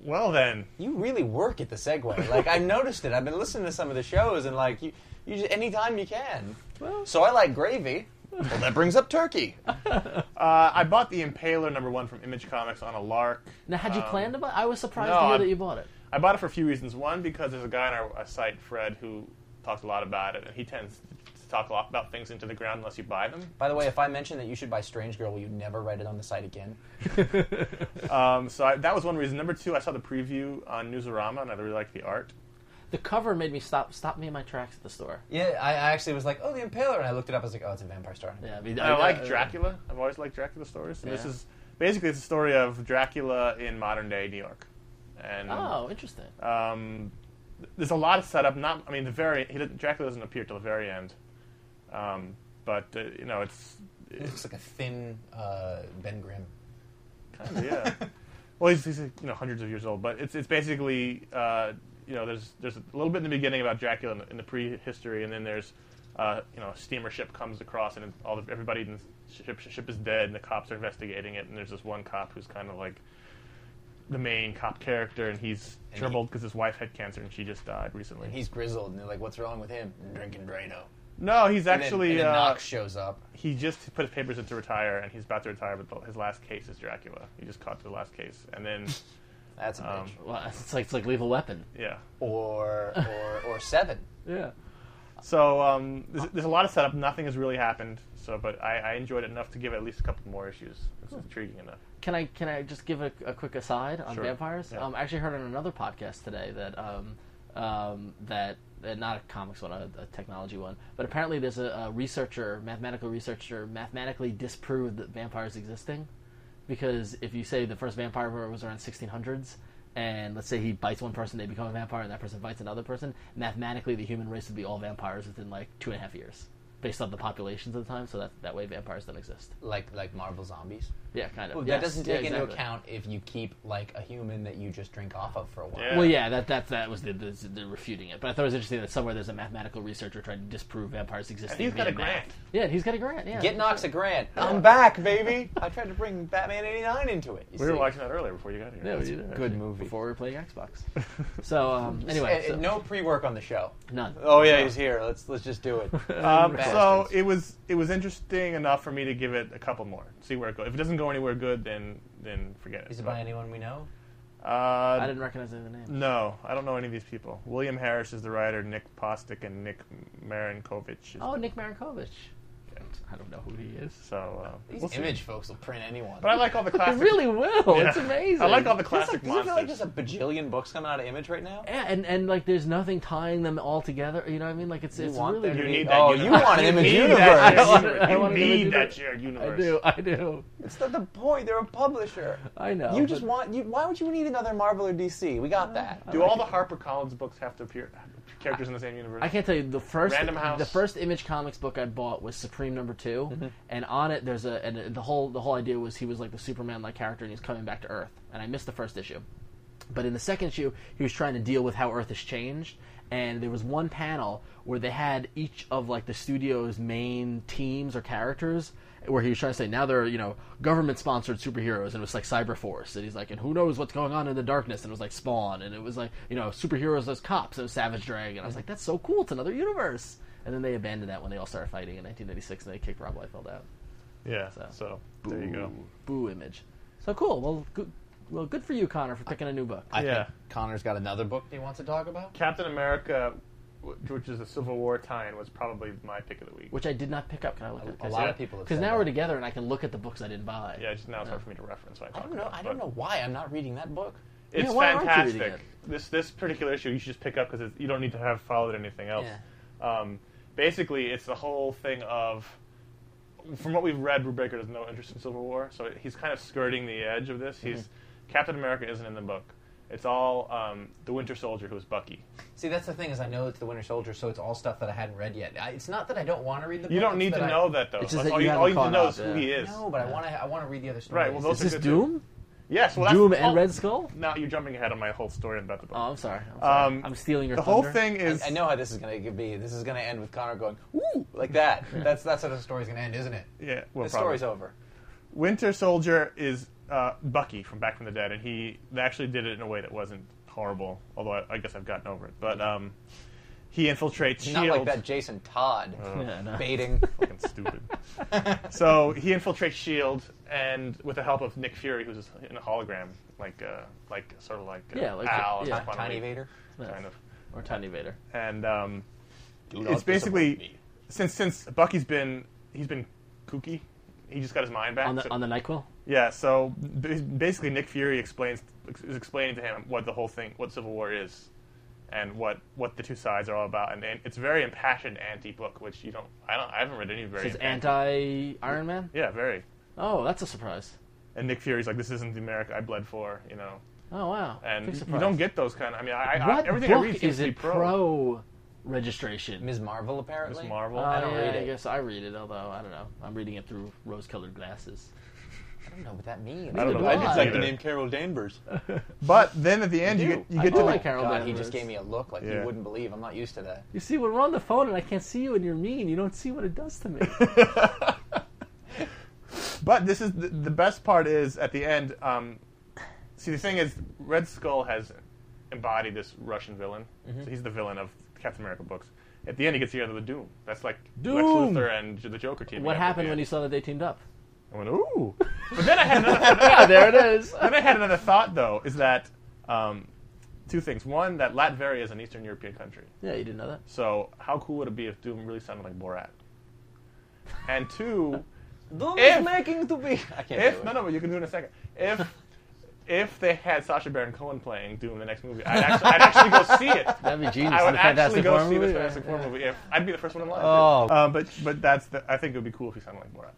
[SPEAKER 4] Well then,
[SPEAKER 2] You really work at the segue. Like I noticed it. I've been listening to some of the shows, and like you, you just, anytime you can. so I like gravy. Well, that brings up turkey.
[SPEAKER 4] uh, I bought the Impaler number one from Image Comics on a lark.
[SPEAKER 3] Now, had you planned to buy? I was surprised
[SPEAKER 4] no,
[SPEAKER 3] to hear
[SPEAKER 4] I'm-
[SPEAKER 3] that you bought it.
[SPEAKER 4] I bought it for a few reasons. One, because there's a guy on our uh, site, Fred, who talks a lot about it, and he tends to talk a lot about things into the ground unless you buy them.
[SPEAKER 2] By the way, if I mention that you should buy Strange Girl, will you never write it on the site again?
[SPEAKER 4] Um, so I, that was one reason. Number two, I saw the preview on Newsarama, and I really liked the art.
[SPEAKER 3] The cover made me stop stop me in my tracks at the store.
[SPEAKER 2] Yeah, I, I actually was like, oh, the Impaler, and I looked it up. I was like, oh, it's a vampire star.
[SPEAKER 3] Yeah, I, mean,
[SPEAKER 4] I like
[SPEAKER 3] uh,
[SPEAKER 4] Dracula. I've always liked Dracula stories. And this
[SPEAKER 3] Yeah.
[SPEAKER 4] is basically it's a story of Dracula in modern day New York. And
[SPEAKER 3] Oh, interesting.
[SPEAKER 4] um, there's a lot of setup. Not, I mean, the very he, doesn't- Dracula doesn't appear till the very end. Um, but uh, you know, it's
[SPEAKER 2] It looks like a thin uh, Ben Grimm.
[SPEAKER 4] yeah. Well, he's, he's you know hundreds of years old, but it's it's basically uh, you know there's there's a little bit in the beginning about Dracula in the, in the prehistory, and then there's uh, you know a steamer ship comes across, and all the, everybody in the ship ship is dead, and the cops are investigating it, and there's this one cop who's kind of like the main cop character, and he's
[SPEAKER 2] he-
[SPEAKER 4] troubled because his wife had cancer and she just died recently.
[SPEAKER 2] He's grizzled, and they're like, what's wrong with him? Drinking Drano.
[SPEAKER 4] no, he's
[SPEAKER 2] And then-
[SPEAKER 4] actually
[SPEAKER 2] and then,
[SPEAKER 4] uh,
[SPEAKER 2] Knox shows up.
[SPEAKER 4] he just put his papers in to retire, and he's about to retire, but the, his last case is Dracula. He just caught the last case, and
[SPEAKER 3] <laughs>
[SPEAKER 4] then
[SPEAKER 2] That's a bitch.
[SPEAKER 4] um,
[SPEAKER 3] Well, it's like it's like Lethal Weapon.
[SPEAKER 4] yeah.
[SPEAKER 2] or or or seven.
[SPEAKER 3] Yeah.
[SPEAKER 4] So um, there's, there's a lot of setup. Nothing has really happened. So, but I, I enjoyed it enough to give it at least a couple more issues. It's intriguing enough.
[SPEAKER 3] Can I can I just give a, a quick aside on
[SPEAKER 4] Sure.
[SPEAKER 3] vampires?
[SPEAKER 4] Yeah.
[SPEAKER 3] Um, I actually heard on another podcast today that um, um, that uh, not a comics one, a, a technology one, but apparently there's a, a researcher, mathematical researcher, mathematically disproved that vampires existing because if you say the first vampire was around 1600s. And let's say he bites one person, they become a vampire, and that person bites another person. Mathematically, the human race would be all vampires within like two and a half years, based on the populations of the time. So that that way, vampires don't exist.
[SPEAKER 2] like like Marvel zombies.
[SPEAKER 3] Yeah, kind of.
[SPEAKER 2] Well,
[SPEAKER 3] Yes,
[SPEAKER 2] that doesn't
[SPEAKER 3] yeah,
[SPEAKER 2] take into
[SPEAKER 3] exactly.
[SPEAKER 2] account if you keep like a human that you just drink off of for a while.
[SPEAKER 4] Yeah.
[SPEAKER 3] Well, yeah, that that that was the, the, the refuting it. But I thought it was interesting that somewhere there's a mathematical researcher trying to disprove vampires existing.
[SPEAKER 4] he's got
[SPEAKER 3] via
[SPEAKER 4] a
[SPEAKER 3] math.
[SPEAKER 4] grant.
[SPEAKER 3] Yeah, and he's got a grant. Yeah,
[SPEAKER 2] Get Knox a grant. I'm back, baby. I tried to bring Batman '89 into it. you
[SPEAKER 4] We were
[SPEAKER 2] see.
[SPEAKER 4] watching that earlier before you got here.
[SPEAKER 3] Yeah, we did.
[SPEAKER 2] Good movie.
[SPEAKER 3] Before we were playing Xbox. So um, anyway,
[SPEAKER 2] And-
[SPEAKER 3] so-
[SPEAKER 2] and no pre-work on the show.
[SPEAKER 3] none.
[SPEAKER 2] Oh yeah, he's here. Let's let's just do it.
[SPEAKER 4] <laughs> Um, so
[SPEAKER 2] Bastards.
[SPEAKER 4] it was it was interesting enough for me to give it a couple more. See where it goes. If it doesn't go anywhere good, then then forget it.
[SPEAKER 2] Is it by anyone we know?
[SPEAKER 3] I
[SPEAKER 4] Uh,
[SPEAKER 3] didn't recognize any of the names.
[SPEAKER 4] no, I don't know any of these people. William Harris is the writer. Nick Postick and Nick Marinkovich. Is,
[SPEAKER 3] Oh, Nick Marinkovich.
[SPEAKER 4] Yeah.
[SPEAKER 3] I don't know who he is.
[SPEAKER 4] So, uh,
[SPEAKER 2] These
[SPEAKER 4] we'll see.
[SPEAKER 2] image folks will print anyone.
[SPEAKER 4] But I like all the
[SPEAKER 3] It
[SPEAKER 4] classic.
[SPEAKER 3] <laughs> really will. It's
[SPEAKER 4] Yeah. <laughs>
[SPEAKER 3] amazing.
[SPEAKER 4] I like all the
[SPEAKER 2] Does
[SPEAKER 4] classic
[SPEAKER 2] it feel like
[SPEAKER 4] monsters.
[SPEAKER 2] there's a bajillion books coming out of Image right now?
[SPEAKER 3] Yeah, and, and like there's nothing tying them all together. You know what I mean? Like it's
[SPEAKER 2] You
[SPEAKER 3] it's
[SPEAKER 2] want
[SPEAKER 3] really
[SPEAKER 2] them to
[SPEAKER 4] you
[SPEAKER 3] weird.
[SPEAKER 4] need that.
[SPEAKER 2] Oh,
[SPEAKER 4] uni-
[SPEAKER 2] you want
[SPEAKER 4] <laughs>
[SPEAKER 2] an
[SPEAKER 4] you
[SPEAKER 2] image
[SPEAKER 4] need
[SPEAKER 2] universe.
[SPEAKER 4] that
[SPEAKER 3] I
[SPEAKER 4] shared
[SPEAKER 3] want-
[SPEAKER 4] universe.
[SPEAKER 3] I want an
[SPEAKER 4] You
[SPEAKER 3] image
[SPEAKER 4] need that
[SPEAKER 3] universe.
[SPEAKER 4] shared
[SPEAKER 3] I
[SPEAKER 4] universe.
[SPEAKER 3] do. I do.
[SPEAKER 2] It's not the point. They're a publisher.
[SPEAKER 3] I know.
[SPEAKER 2] You just
[SPEAKER 3] but-
[SPEAKER 2] want. You, why would you need another Marvel or DC? We got that.
[SPEAKER 4] Do all the Harper Collins books have to appear characters in the same universe?
[SPEAKER 3] I can't tell you the first
[SPEAKER 4] Random House.
[SPEAKER 3] the first Image Comics book I bought was Supreme number 2 and on it there's a and the whole the whole idea was he was like the Superman like character and he's coming back to Earth, and I missed the first issue, But in the second issue, he was trying to deal with how Earth has changed, and there was one panel where they had each of like the studio's main teams or characters, where he was trying to say now they're you know government-sponsored superheroes, and it was like Cyberforce, and he's like, and who knows what's going on in the darkness, and it was like Spawn, and it was like you know superheroes as cops, and it was Savage Dragon. I was like, that's so cool, it's another universe. And then they abandoned that when they all started fighting in 1996, and they kicked Rob Liefeld out.
[SPEAKER 4] Yeah. So,
[SPEAKER 3] So.
[SPEAKER 4] there you go.
[SPEAKER 3] Boo image. So cool. Well, good, well, good for you, Connor, for picking a new book.
[SPEAKER 2] I
[SPEAKER 4] Yeah.
[SPEAKER 2] think Connor's got another book he wants to talk about.
[SPEAKER 4] Captain America, wh- which is a Civil War tie-in, was probably my pick of the week.
[SPEAKER 3] which I did not pick up. Can I look at it?
[SPEAKER 2] A lot of people have
[SPEAKER 3] Because
[SPEAKER 2] said
[SPEAKER 3] now
[SPEAKER 2] that.
[SPEAKER 3] we're together, and I can look at the books I didn't buy.
[SPEAKER 4] yeah, just now it's hard for me to reference. What I,
[SPEAKER 2] I
[SPEAKER 4] talked
[SPEAKER 2] don't know.
[SPEAKER 4] about,
[SPEAKER 2] I don't
[SPEAKER 4] but
[SPEAKER 2] know why I'm not reading that book.
[SPEAKER 4] It's
[SPEAKER 3] Yeah, why aren't you reading
[SPEAKER 4] fantastic. This this particular issue you should just pick up because you don't need to have followed anything else. Um, basically, it's the whole thing of. From what we've read, Brubaker has no interest in Civil War, so he's kind of skirting the edge of this. He's
[SPEAKER 3] Mm-hmm.
[SPEAKER 4] Captain America isn't in the book. It's all um, the Winter Soldier, who's Bucky.
[SPEAKER 2] See, that's the thing is I know it's the Winter Soldier, so it's all stuff that I hadn't read yet. I, it's not that I don't want to read the.
[SPEAKER 4] You don't
[SPEAKER 2] book, it's
[SPEAKER 4] need
[SPEAKER 2] that
[SPEAKER 4] to
[SPEAKER 2] I-
[SPEAKER 4] know that though.
[SPEAKER 3] It's just
[SPEAKER 4] Like,
[SPEAKER 3] that
[SPEAKER 4] all
[SPEAKER 3] you
[SPEAKER 4] you,
[SPEAKER 3] haven't
[SPEAKER 4] all you need to
[SPEAKER 3] caught
[SPEAKER 4] know
[SPEAKER 3] up,
[SPEAKER 4] is who
[SPEAKER 3] yeah.
[SPEAKER 4] he is.
[SPEAKER 2] No, but I want to. I want to read the other stories.
[SPEAKER 4] Right, well, those
[SPEAKER 3] Is this
[SPEAKER 4] are good-
[SPEAKER 3] Doom?
[SPEAKER 4] Yes, well, that's,
[SPEAKER 3] Doom and
[SPEAKER 4] oh,
[SPEAKER 3] Red Skull?
[SPEAKER 4] Now you're jumping ahead on my whole story about the book.
[SPEAKER 3] Oh, I'm sorry. I'm, sorry.
[SPEAKER 4] Um,
[SPEAKER 3] I'm stealing your
[SPEAKER 4] the whole
[SPEAKER 3] thunder.
[SPEAKER 4] thing is.
[SPEAKER 2] I, I know how this is going to be. This is going to end with Connor going, "Woo!" like that. That's that's how the story's going to end, isn't it?
[SPEAKER 4] Yeah, well,
[SPEAKER 2] the
[SPEAKER 4] probably.
[SPEAKER 2] story's over.
[SPEAKER 4] Winter Soldier is uh, Bucky from Back from the Dead, and he they actually did it in a way that wasn't horrible. Although I, I guess I've gotten over it. But um, he infiltrates
[SPEAKER 2] Not
[SPEAKER 4] Shield. Uh. <laughs>
[SPEAKER 2] like that Jason Todd
[SPEAKER 3] Yeah, no.
[SPEAKER 2] <laughs> baiting.
[SPEAKER 4] E Fucking stupid. so he infiltrates Shield, E and with the help of Nick Fury, who's in a hologram, like uh, like sort of like uh,
[SPEAKER 3] Yeah, like-
[SPEAKER 4] Al,
[SPEAKER 3] yeah.
[SPEAKER 4] and Quantum
[SPEAKER 2] Tiny
[SPEAKER 4] Leap,
[SPEAKER 2] Vader.
[SPEAKER 4] kind of.
[SPEAKER 3] Or Tiny Vader.
[SPEAKER 4] And um,
[SPEAKER 2] Do not
[SPEAKER 4] it's basically
[SPEAKER 2] disappoint me.
[SPEAKER 4] since since Bucky's been he's been kooky. He just got his mind back.
[SPEAKER 3] On the,
[SPEAKER 4] so-
[SPEAKER 3] on the NyQuil?
[SPEAKER 4] Yeah, so ba- basically, Nick Fury explains is explaining to him what the whole thing, what Civil War is, and what what the two sides are all about, and, and it's a very impassioned anti-book, which you don't, I don't, I haven't read any very.
[SPEAKER 3] It's anti Iron Man?
[SPEAKER 4] Yeah, very.
[SPEAKER 3] Oh, that's a surprise.
[SPEAKER 4] And Nick Fury's like, this isn't the America I bled for, you know,
[SPEAKER 3] Oh, wow.
[SPEAKER 4] and
[SPEAKER 3] Big
[SPEAKER 4] you- you
[SPEAKER 3] surprise.
[SPEAKER 4] don't get those kind. of... I mean, I, I
[SPEAKER 3] What
[SPEAKER 4] everything
[SPEAKER 3] book
[SPEAKER 4] I read seems
[SPEAKER 3] is
[SPEAKER 4] to be
[SPEAKER 3] it
[SPEAKER 4] pro.
[SPEAKER 3] pro registration?
[SPEAKER 2] Ms. Marvel apparently.
[SPEAKER 4] Miss Marvel.
[SPEAKER 3] Oh,
[SPEAKER 2] I don't
[SPEAKER 3] yeah,
[SPEAKER 2] read
[SPEAKER 3] I
[SPEAKER 2] it.
[SPEAKER 3] guess I read it, although I don't know. I'm reading it through rose colored glasses.
[SPEAKER 2] I don't know what that means.
[SPEAKER 4] I don't know.
[SPEAKER 3] Neither do
[SPEAKER 4] I just
[SPEAKER 3] I.
[SPEAKER 4] like the name
[SPEAKER 2] Carol Danvers.
[SPEAKER 4] But then at the end, you
[SPEAKER 3] do.
[SPEAKER 4] get you
[SPEAKER 3] I
[SPEAKER 4] get
[SPEAKER 3] do
[SPEAKER 4] to
[SPEAKER 3] like
[SPEAKER 4] the,
[SPEAKER 3] Carol
[SPEAKER 2] God, he
[SPEAKER 3] Danvers.
[SPEAKER 2] just gave me a look like
[SPEAKER 4] Yeah.
[SPEAKER 2] you wouldn't believe. I'm not used to that.
[SPEAKER 3] You see, when we're on the phone and I can't see you and you're mean, you don't see what it does
[SPEAKER 4] <laughs>
[SPEAKER 3] to me.
[SPEAKER 4] But this is the, the best part is at the end. Um, see, the thing is, Red Skull has embodied this Russian villain.
[SPEAKER 3] Mm-hmm.
[SPEAKER 4] So he's the villain of Captain America books. At the end, he gets together with Doom. That's like Lex
[SPEAKER 3] Doom!
[SPEAKER 4] Luthor and the Joker team.
[SPEAKER 3] what happened when you saw that they teamed up?
[SPEAKER 4] I went
[SPEAKER 3] <laughs>
[SPEAKER 4] ooh. but then I had another.
[SPEAKER 3] Ah, there it is.
[SPEAKER 4] then I had another thought though. Is that um, two things? One, that Latveria is an Eastern European country.
[SPEAKER 3] <laughs> Yeah, you didn't know that.
[SPEAKER 4] So how cool would it be if Doom really sounded like Borat? And two.
[SPEAKER 2] Doom
[SPEAKER 4] If-
[SPEAKER 2] is making to be. I can't do
[SPEAKER 4] If
[SPEAKER 2] it.
[SPEAKER 4] no, no, but you can do it in a second. If if they had Sasha Baron Cohen playing Doom in the next movie, I'd actually, I'd actually go see it.
[SPEAKER 3] <laughs> That'd be genius.
[SPEAKER 4] I would
[SPEAKER 3] The
[SPEAKER 4] actually
[SPEAKER 3] Fantastic
[SPEAKER 4] go see
[SPEAKER 3] Four
[SPEAKER 4] this
[SPEAKER 3] movie,
[SPEAKER 4] Fantastic Four movie. If I'd be the first one in line.
[SPEAKER 2] Oh.
[SPEAKER 4] too. Um, but but that's the, I think it would be cool if he sounded like Borat.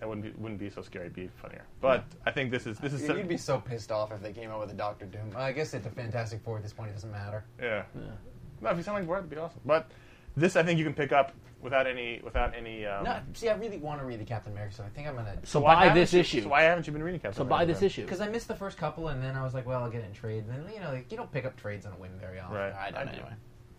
[SPEAKER 4] That wouldn't be, wouldn't be so scary. It'd be funnier. But I think this is this is
[SPEAKER 2] You'd be so pissed off if they came out with a Doctor Doom. I guess it's a Fantastic Four at this point. It doesn't matter.
[SPEAKER 4] yeah. No, if he sounded like Borat, it'd be awesome. But this I think you can pick up without any without any. Um,
[SPEAKER 2] No, see, I really want to read the Captain America, so I think I'm gonna.
[SPEAKER 3] So
[SPEAKER 4] why
[SPEAKER 3] buy
[SPEAKER 4] haven't
[SPEAKER 3] this
[SPEAKER 4] you-
[SPEAKER 3] issue.
[SPEAKER 4] So why haven't you been reading Captain?
[SPEAKER 3] So buy
[SPEAKER 4] America
[SPEAKER 3] this
[SPEAKER 4] then?
[SPEAKER 3] issue.
[SPEAKER 2] Because I missed the first couple, and then I was like, well, I'll get it in trades. And then, you know, like, you don't pick up trades on a whim very often.
[SPEAKER 4] Right.
[SPEAKER 2] I
[SPEAKER 4] I
[SPEAKER 2] don't
[SPEAKER 4] do.
[SPEAKER 2] anyway.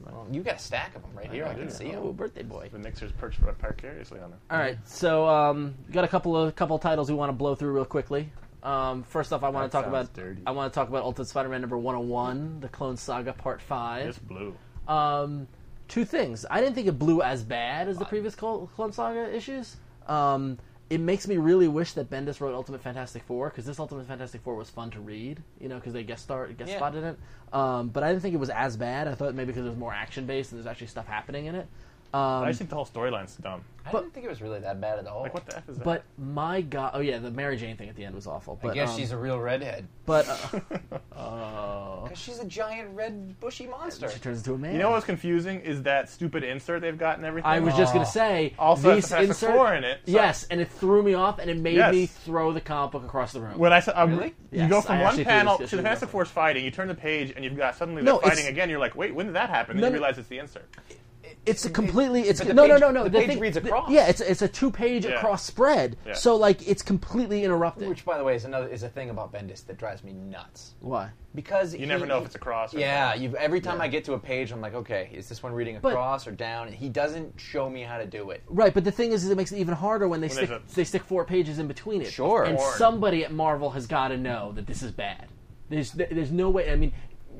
[SPEAKER 2] Well, you got a stack of them right here. I, can see
[SPEAKER 3] Oh,
[SPEAKER 2] them.
[SPEAKER 3] birthday boy.
[SPEAKER 4] The Knicks are perched precariously uh, on there.
[SPEAKER 3] All right, so um, we got a couple of couple of titles we want to blow through real quickly. Um, first off, I want
[SPEAKER 4] That
[SPEAKER 3] to talk
[SPEAKER 4] sounds
[SPEAKER 3] about
[SPEAKER 4] dirty.
[SPEAKER 3] I want to talk about Ultimate Spider-Man number 101, The Clone Saga Part 5.
[SPEAKER 4] It's blue.
[SPEAKER 3] Um, two things. I didn't think it blew as bad as the previous Clone, Clone Saga issues. Um, it makes me really wish that Bendis wrote Ultimate Fantastic Four because this Ultimate Fantastic Four was fun to read, you know, because they guest star guest
[SPEAKER 2] Yeah.
[SPEAKER 3] spotted it. Um, but I didn't think it was as bad. I thought maybe because it was more action based and there's actually stuff happening in it. Um,
[SPEAKER 4] I just think the whole storyline's dumb.
[SPEAKER 2] I didn't think it was really that bad at all.
[SPEAKER 4] Like what the f is that?
[SPEAKER 3] But my God, oh yeah, the Mary Jane thing at the end was awful. But,
[SPEAKER 2] I guess
[SPEAKER 3] um,
[SPEAKER 2] she's a real redhead.
[SPEAKER 3] but uh,
[SPEAKER 2] <laughs> Because she's a giant red bushy monster.
[SPEAKER 3] she turns into a man.
[SPEAKER 4] You know what's confusing is that stupid insert they've got and everything. Oh.
[SPEAKER 3] I was just gonna say
[SPEAKER 4] Also has
[SPEAKER 3] these
[SPEAKER 4] the Fantastic
[SPEAKER 3] insert
[SPEAKER 4] Four in it, so-
[SPEAKER 3] Yes, and it threw me off, and it made
[SPEAKER 4] Yes.
[SPEAKER 3] me throw the comic book across the room.
[SPEAKER 4] When I saw, I'm-
[SPEAKER 2] Really?
[SPEAKER 4] you
[SPEAKER 3] Yes,
[SPEAKER 4] go from
[SPEAKER 3] I
[SPEAKER 4] one
[SPEAKER 3] actually threw
[SPEAKER 4] panel
[SPEAKER 3] this
[SPEAKER 4] to the
[SPEAKER 3] issue
[SPEAKER 4] Fantastic
[SPEAKER 3] off.
[SPEAKER 4] Force fighting, you turn the page and you've got suddenly
[SPEAKER 3] No,
[SPEAKER 4] they're
[SPEAKER 3] it's-
[SPEAKER 4] fighting again. You're like, wait, when did that happen? Then
[SPEAKER 3] No,
[SPEAKER 4] you
[SPEAKER 3] no.
[SPEAKER 4] realize it's the insert.
[SPEAKER 2] It-
[SPEAKER 3] it's a completely it's
[SPEAKER 2] but the
[SPEAKER 3] no no
[SPEAKER 2] page-
[SPEAKER 3] no no
[SPEAKER 2] the page reads
[SPEAKER 3] the-
[SPEAKER 2] across.
[SPEAKER 3] yeah, it's it's a two page
[SPEAKER 4] Yeah.
[SPEAKER 3] across spread.
[SPEAKER 4] Yeah.
[SPEAKER 3] So like it's completely interrupted.
[SPEAKER 2] Which, by the way, is another is a thing about Bendis that drives me nuts.
[SPEAKER 3] Why?
[SPEAKER 2] Because
[SPEAKER 4] You never know if it's a cross or
[SPEAKER 2] yeah,
[SPEAKER 4] not.
[SPEAKER 2] you've, every time I get to a page, I'm like, okay, is this one reading across or down? And he doesn't show me how to do it.
[SPEAKER 3] Right, but the thing is, is it makes it even harder when they stick
[SPEAKER 4] there's a-
[SPEAKER 3] they stick four pages in between it.
[SPEAKER 2] Sure.
[SPEAKER 3] And
[SPEAKER 4] Four.
[SPEAKER 3] somebody at Marvel has got to know that this is bad. There's there's no way. I mean,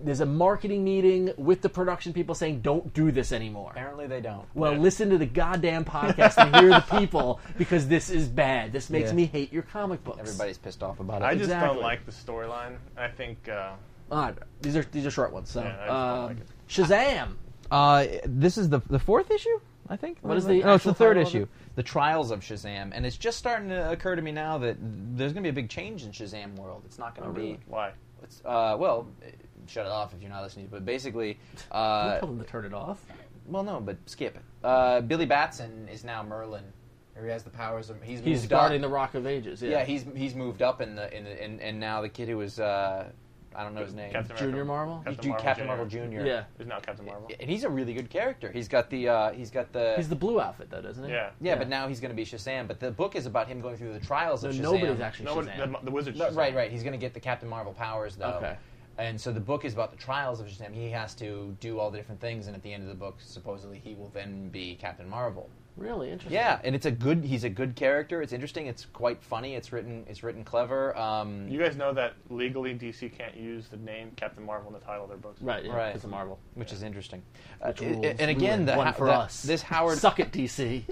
[SPEAKER 3] there's a marketing meeting with the production people saying, "Don't do this anymore."
[SPEAKER 2] Apparently, they don't.
[SPEAKER 3] Well, listen to the goddamn podcast and hear the people because this is bad. This makes
[SPEAKER 2] Yeah.
[SPEAKER 3] me hate your comic books.
[SPEAKER 2] Everybody's pissed off about it.
[SPEAKER 4] I just
[SPEAKER 3] Exactly.
[SPEAKER 4] don't like the storyline. I think uh,
[SPEAKER 3] All right, these are these are short ones. So,
[SPEAKER 4] Yeah, I just don't
[SPEAKER 3] um,
[SPEAKER 4] like it.
[SPEAKER 3] Shazam.
[SPEAKER 6] Uh, this is the the fourth issue, I think.
[SPEAKER 3] What is the
[SPEAKER 6] No, it's
[SPEAKER 3] actual
[SPEAKER 6] the third
[SPEAKER 3] title of it?
[SPEAKER 6] issue.
[SPEAKER 2] the trials of Shazam, and it's just starting to occur to me now that there's going to be a big change in Shazam world. It's not going
[SPEAKER 6] Oh,
[SPEAKER 2] to be.
[SPEAKER 4] why.
[SPEAKER 2] It's, uh, well, eh, shut it off if you're not listening. But basically, uh,
[SPEAKER 3] Tell them to turn it off.
[SPEAKER 2] well, no, but skip it. Uh, Billy Batson is now Merlin, or he has the powers of. He's
[SPEAKER 3] He's
[SPEAKER 2] moved
[SPEAKER 3] guarding
[SPEAKER 2] up.
[SPEAKER 3] the Rock of Ages. Yeah,
[SPEAKER 2] Yeah, he's he's moved up in the in the, in, and now the kid who was uh, I don't know his name,
[SPEAKER 4] Captain America.
[SPEAKER 3] Junior Marvel?
[SPEAKER 2] He's
[SPEAKER 4] Captain
[SPEAKER 2] Ju-
[SPEAKER 4] Marvel
[SPEAKER 2] Captain
[SPEAKER 4] Jr.
[SPEAKER 2] Marvel Junior.
[SPEAKER 3] yeah.
[SPEAKER 4] Is now Captain Marvel.
[SPEAKER 2] and he's a really good character. He's got the uh, he's got the.
[SPEAKER 3] He's the blue outfit though, doesn't he?
[SPEAKER 4] Yeah.
[SPEAKER 2] yeah, but now he's going to be Shazam. But the book is about him going through the trials
[SPEAKER 3] So
[SPEAKER 2] of Shazam.
[SPEAKER 3] nobody's actually
[SPEAKER 4] No one,
[SPEAKER 3] Shazam.
[SPEAKER 4] the, the wizard.
[SPEAKER 2] No, right, right. He's going to get the Captain Marvel powers though.
[SPEAKER 3] Okay.
[SPEAKER 2] And so the book is about the trials of Shazam. He has to do all the different things, and at the end of the book, supposedly he will then be Captain Marvel.
[SPEAKER 3] Really interesting.
[SPEAKER 2] Yeah, and it's a good. He's a good character. It's interesting. It's quite funny. It's written. It's written clever. Um,
[SPEAKER 4] You guys know that legally DC can't use the name Captain Marvel in the title of their books.
[SPEAKER 3] Right. Yeah,
[SPEAKER 2] Right.
[SPEAKER 3] It's a Marvel.
[SPEAKER 2] which is interesting. Uh,
[SPEAKER 3] rules.
[SPEAKER 2] and again, the,
[SPEAKER 3] one
[SPEAKER 2] Ho-
[SPEAKER 3] for
[SPEAKER 2] the-
[SPEAKER 3] us.
[SPEAKER 2] this Howard
[SPEAKER 3] Suck it, DC.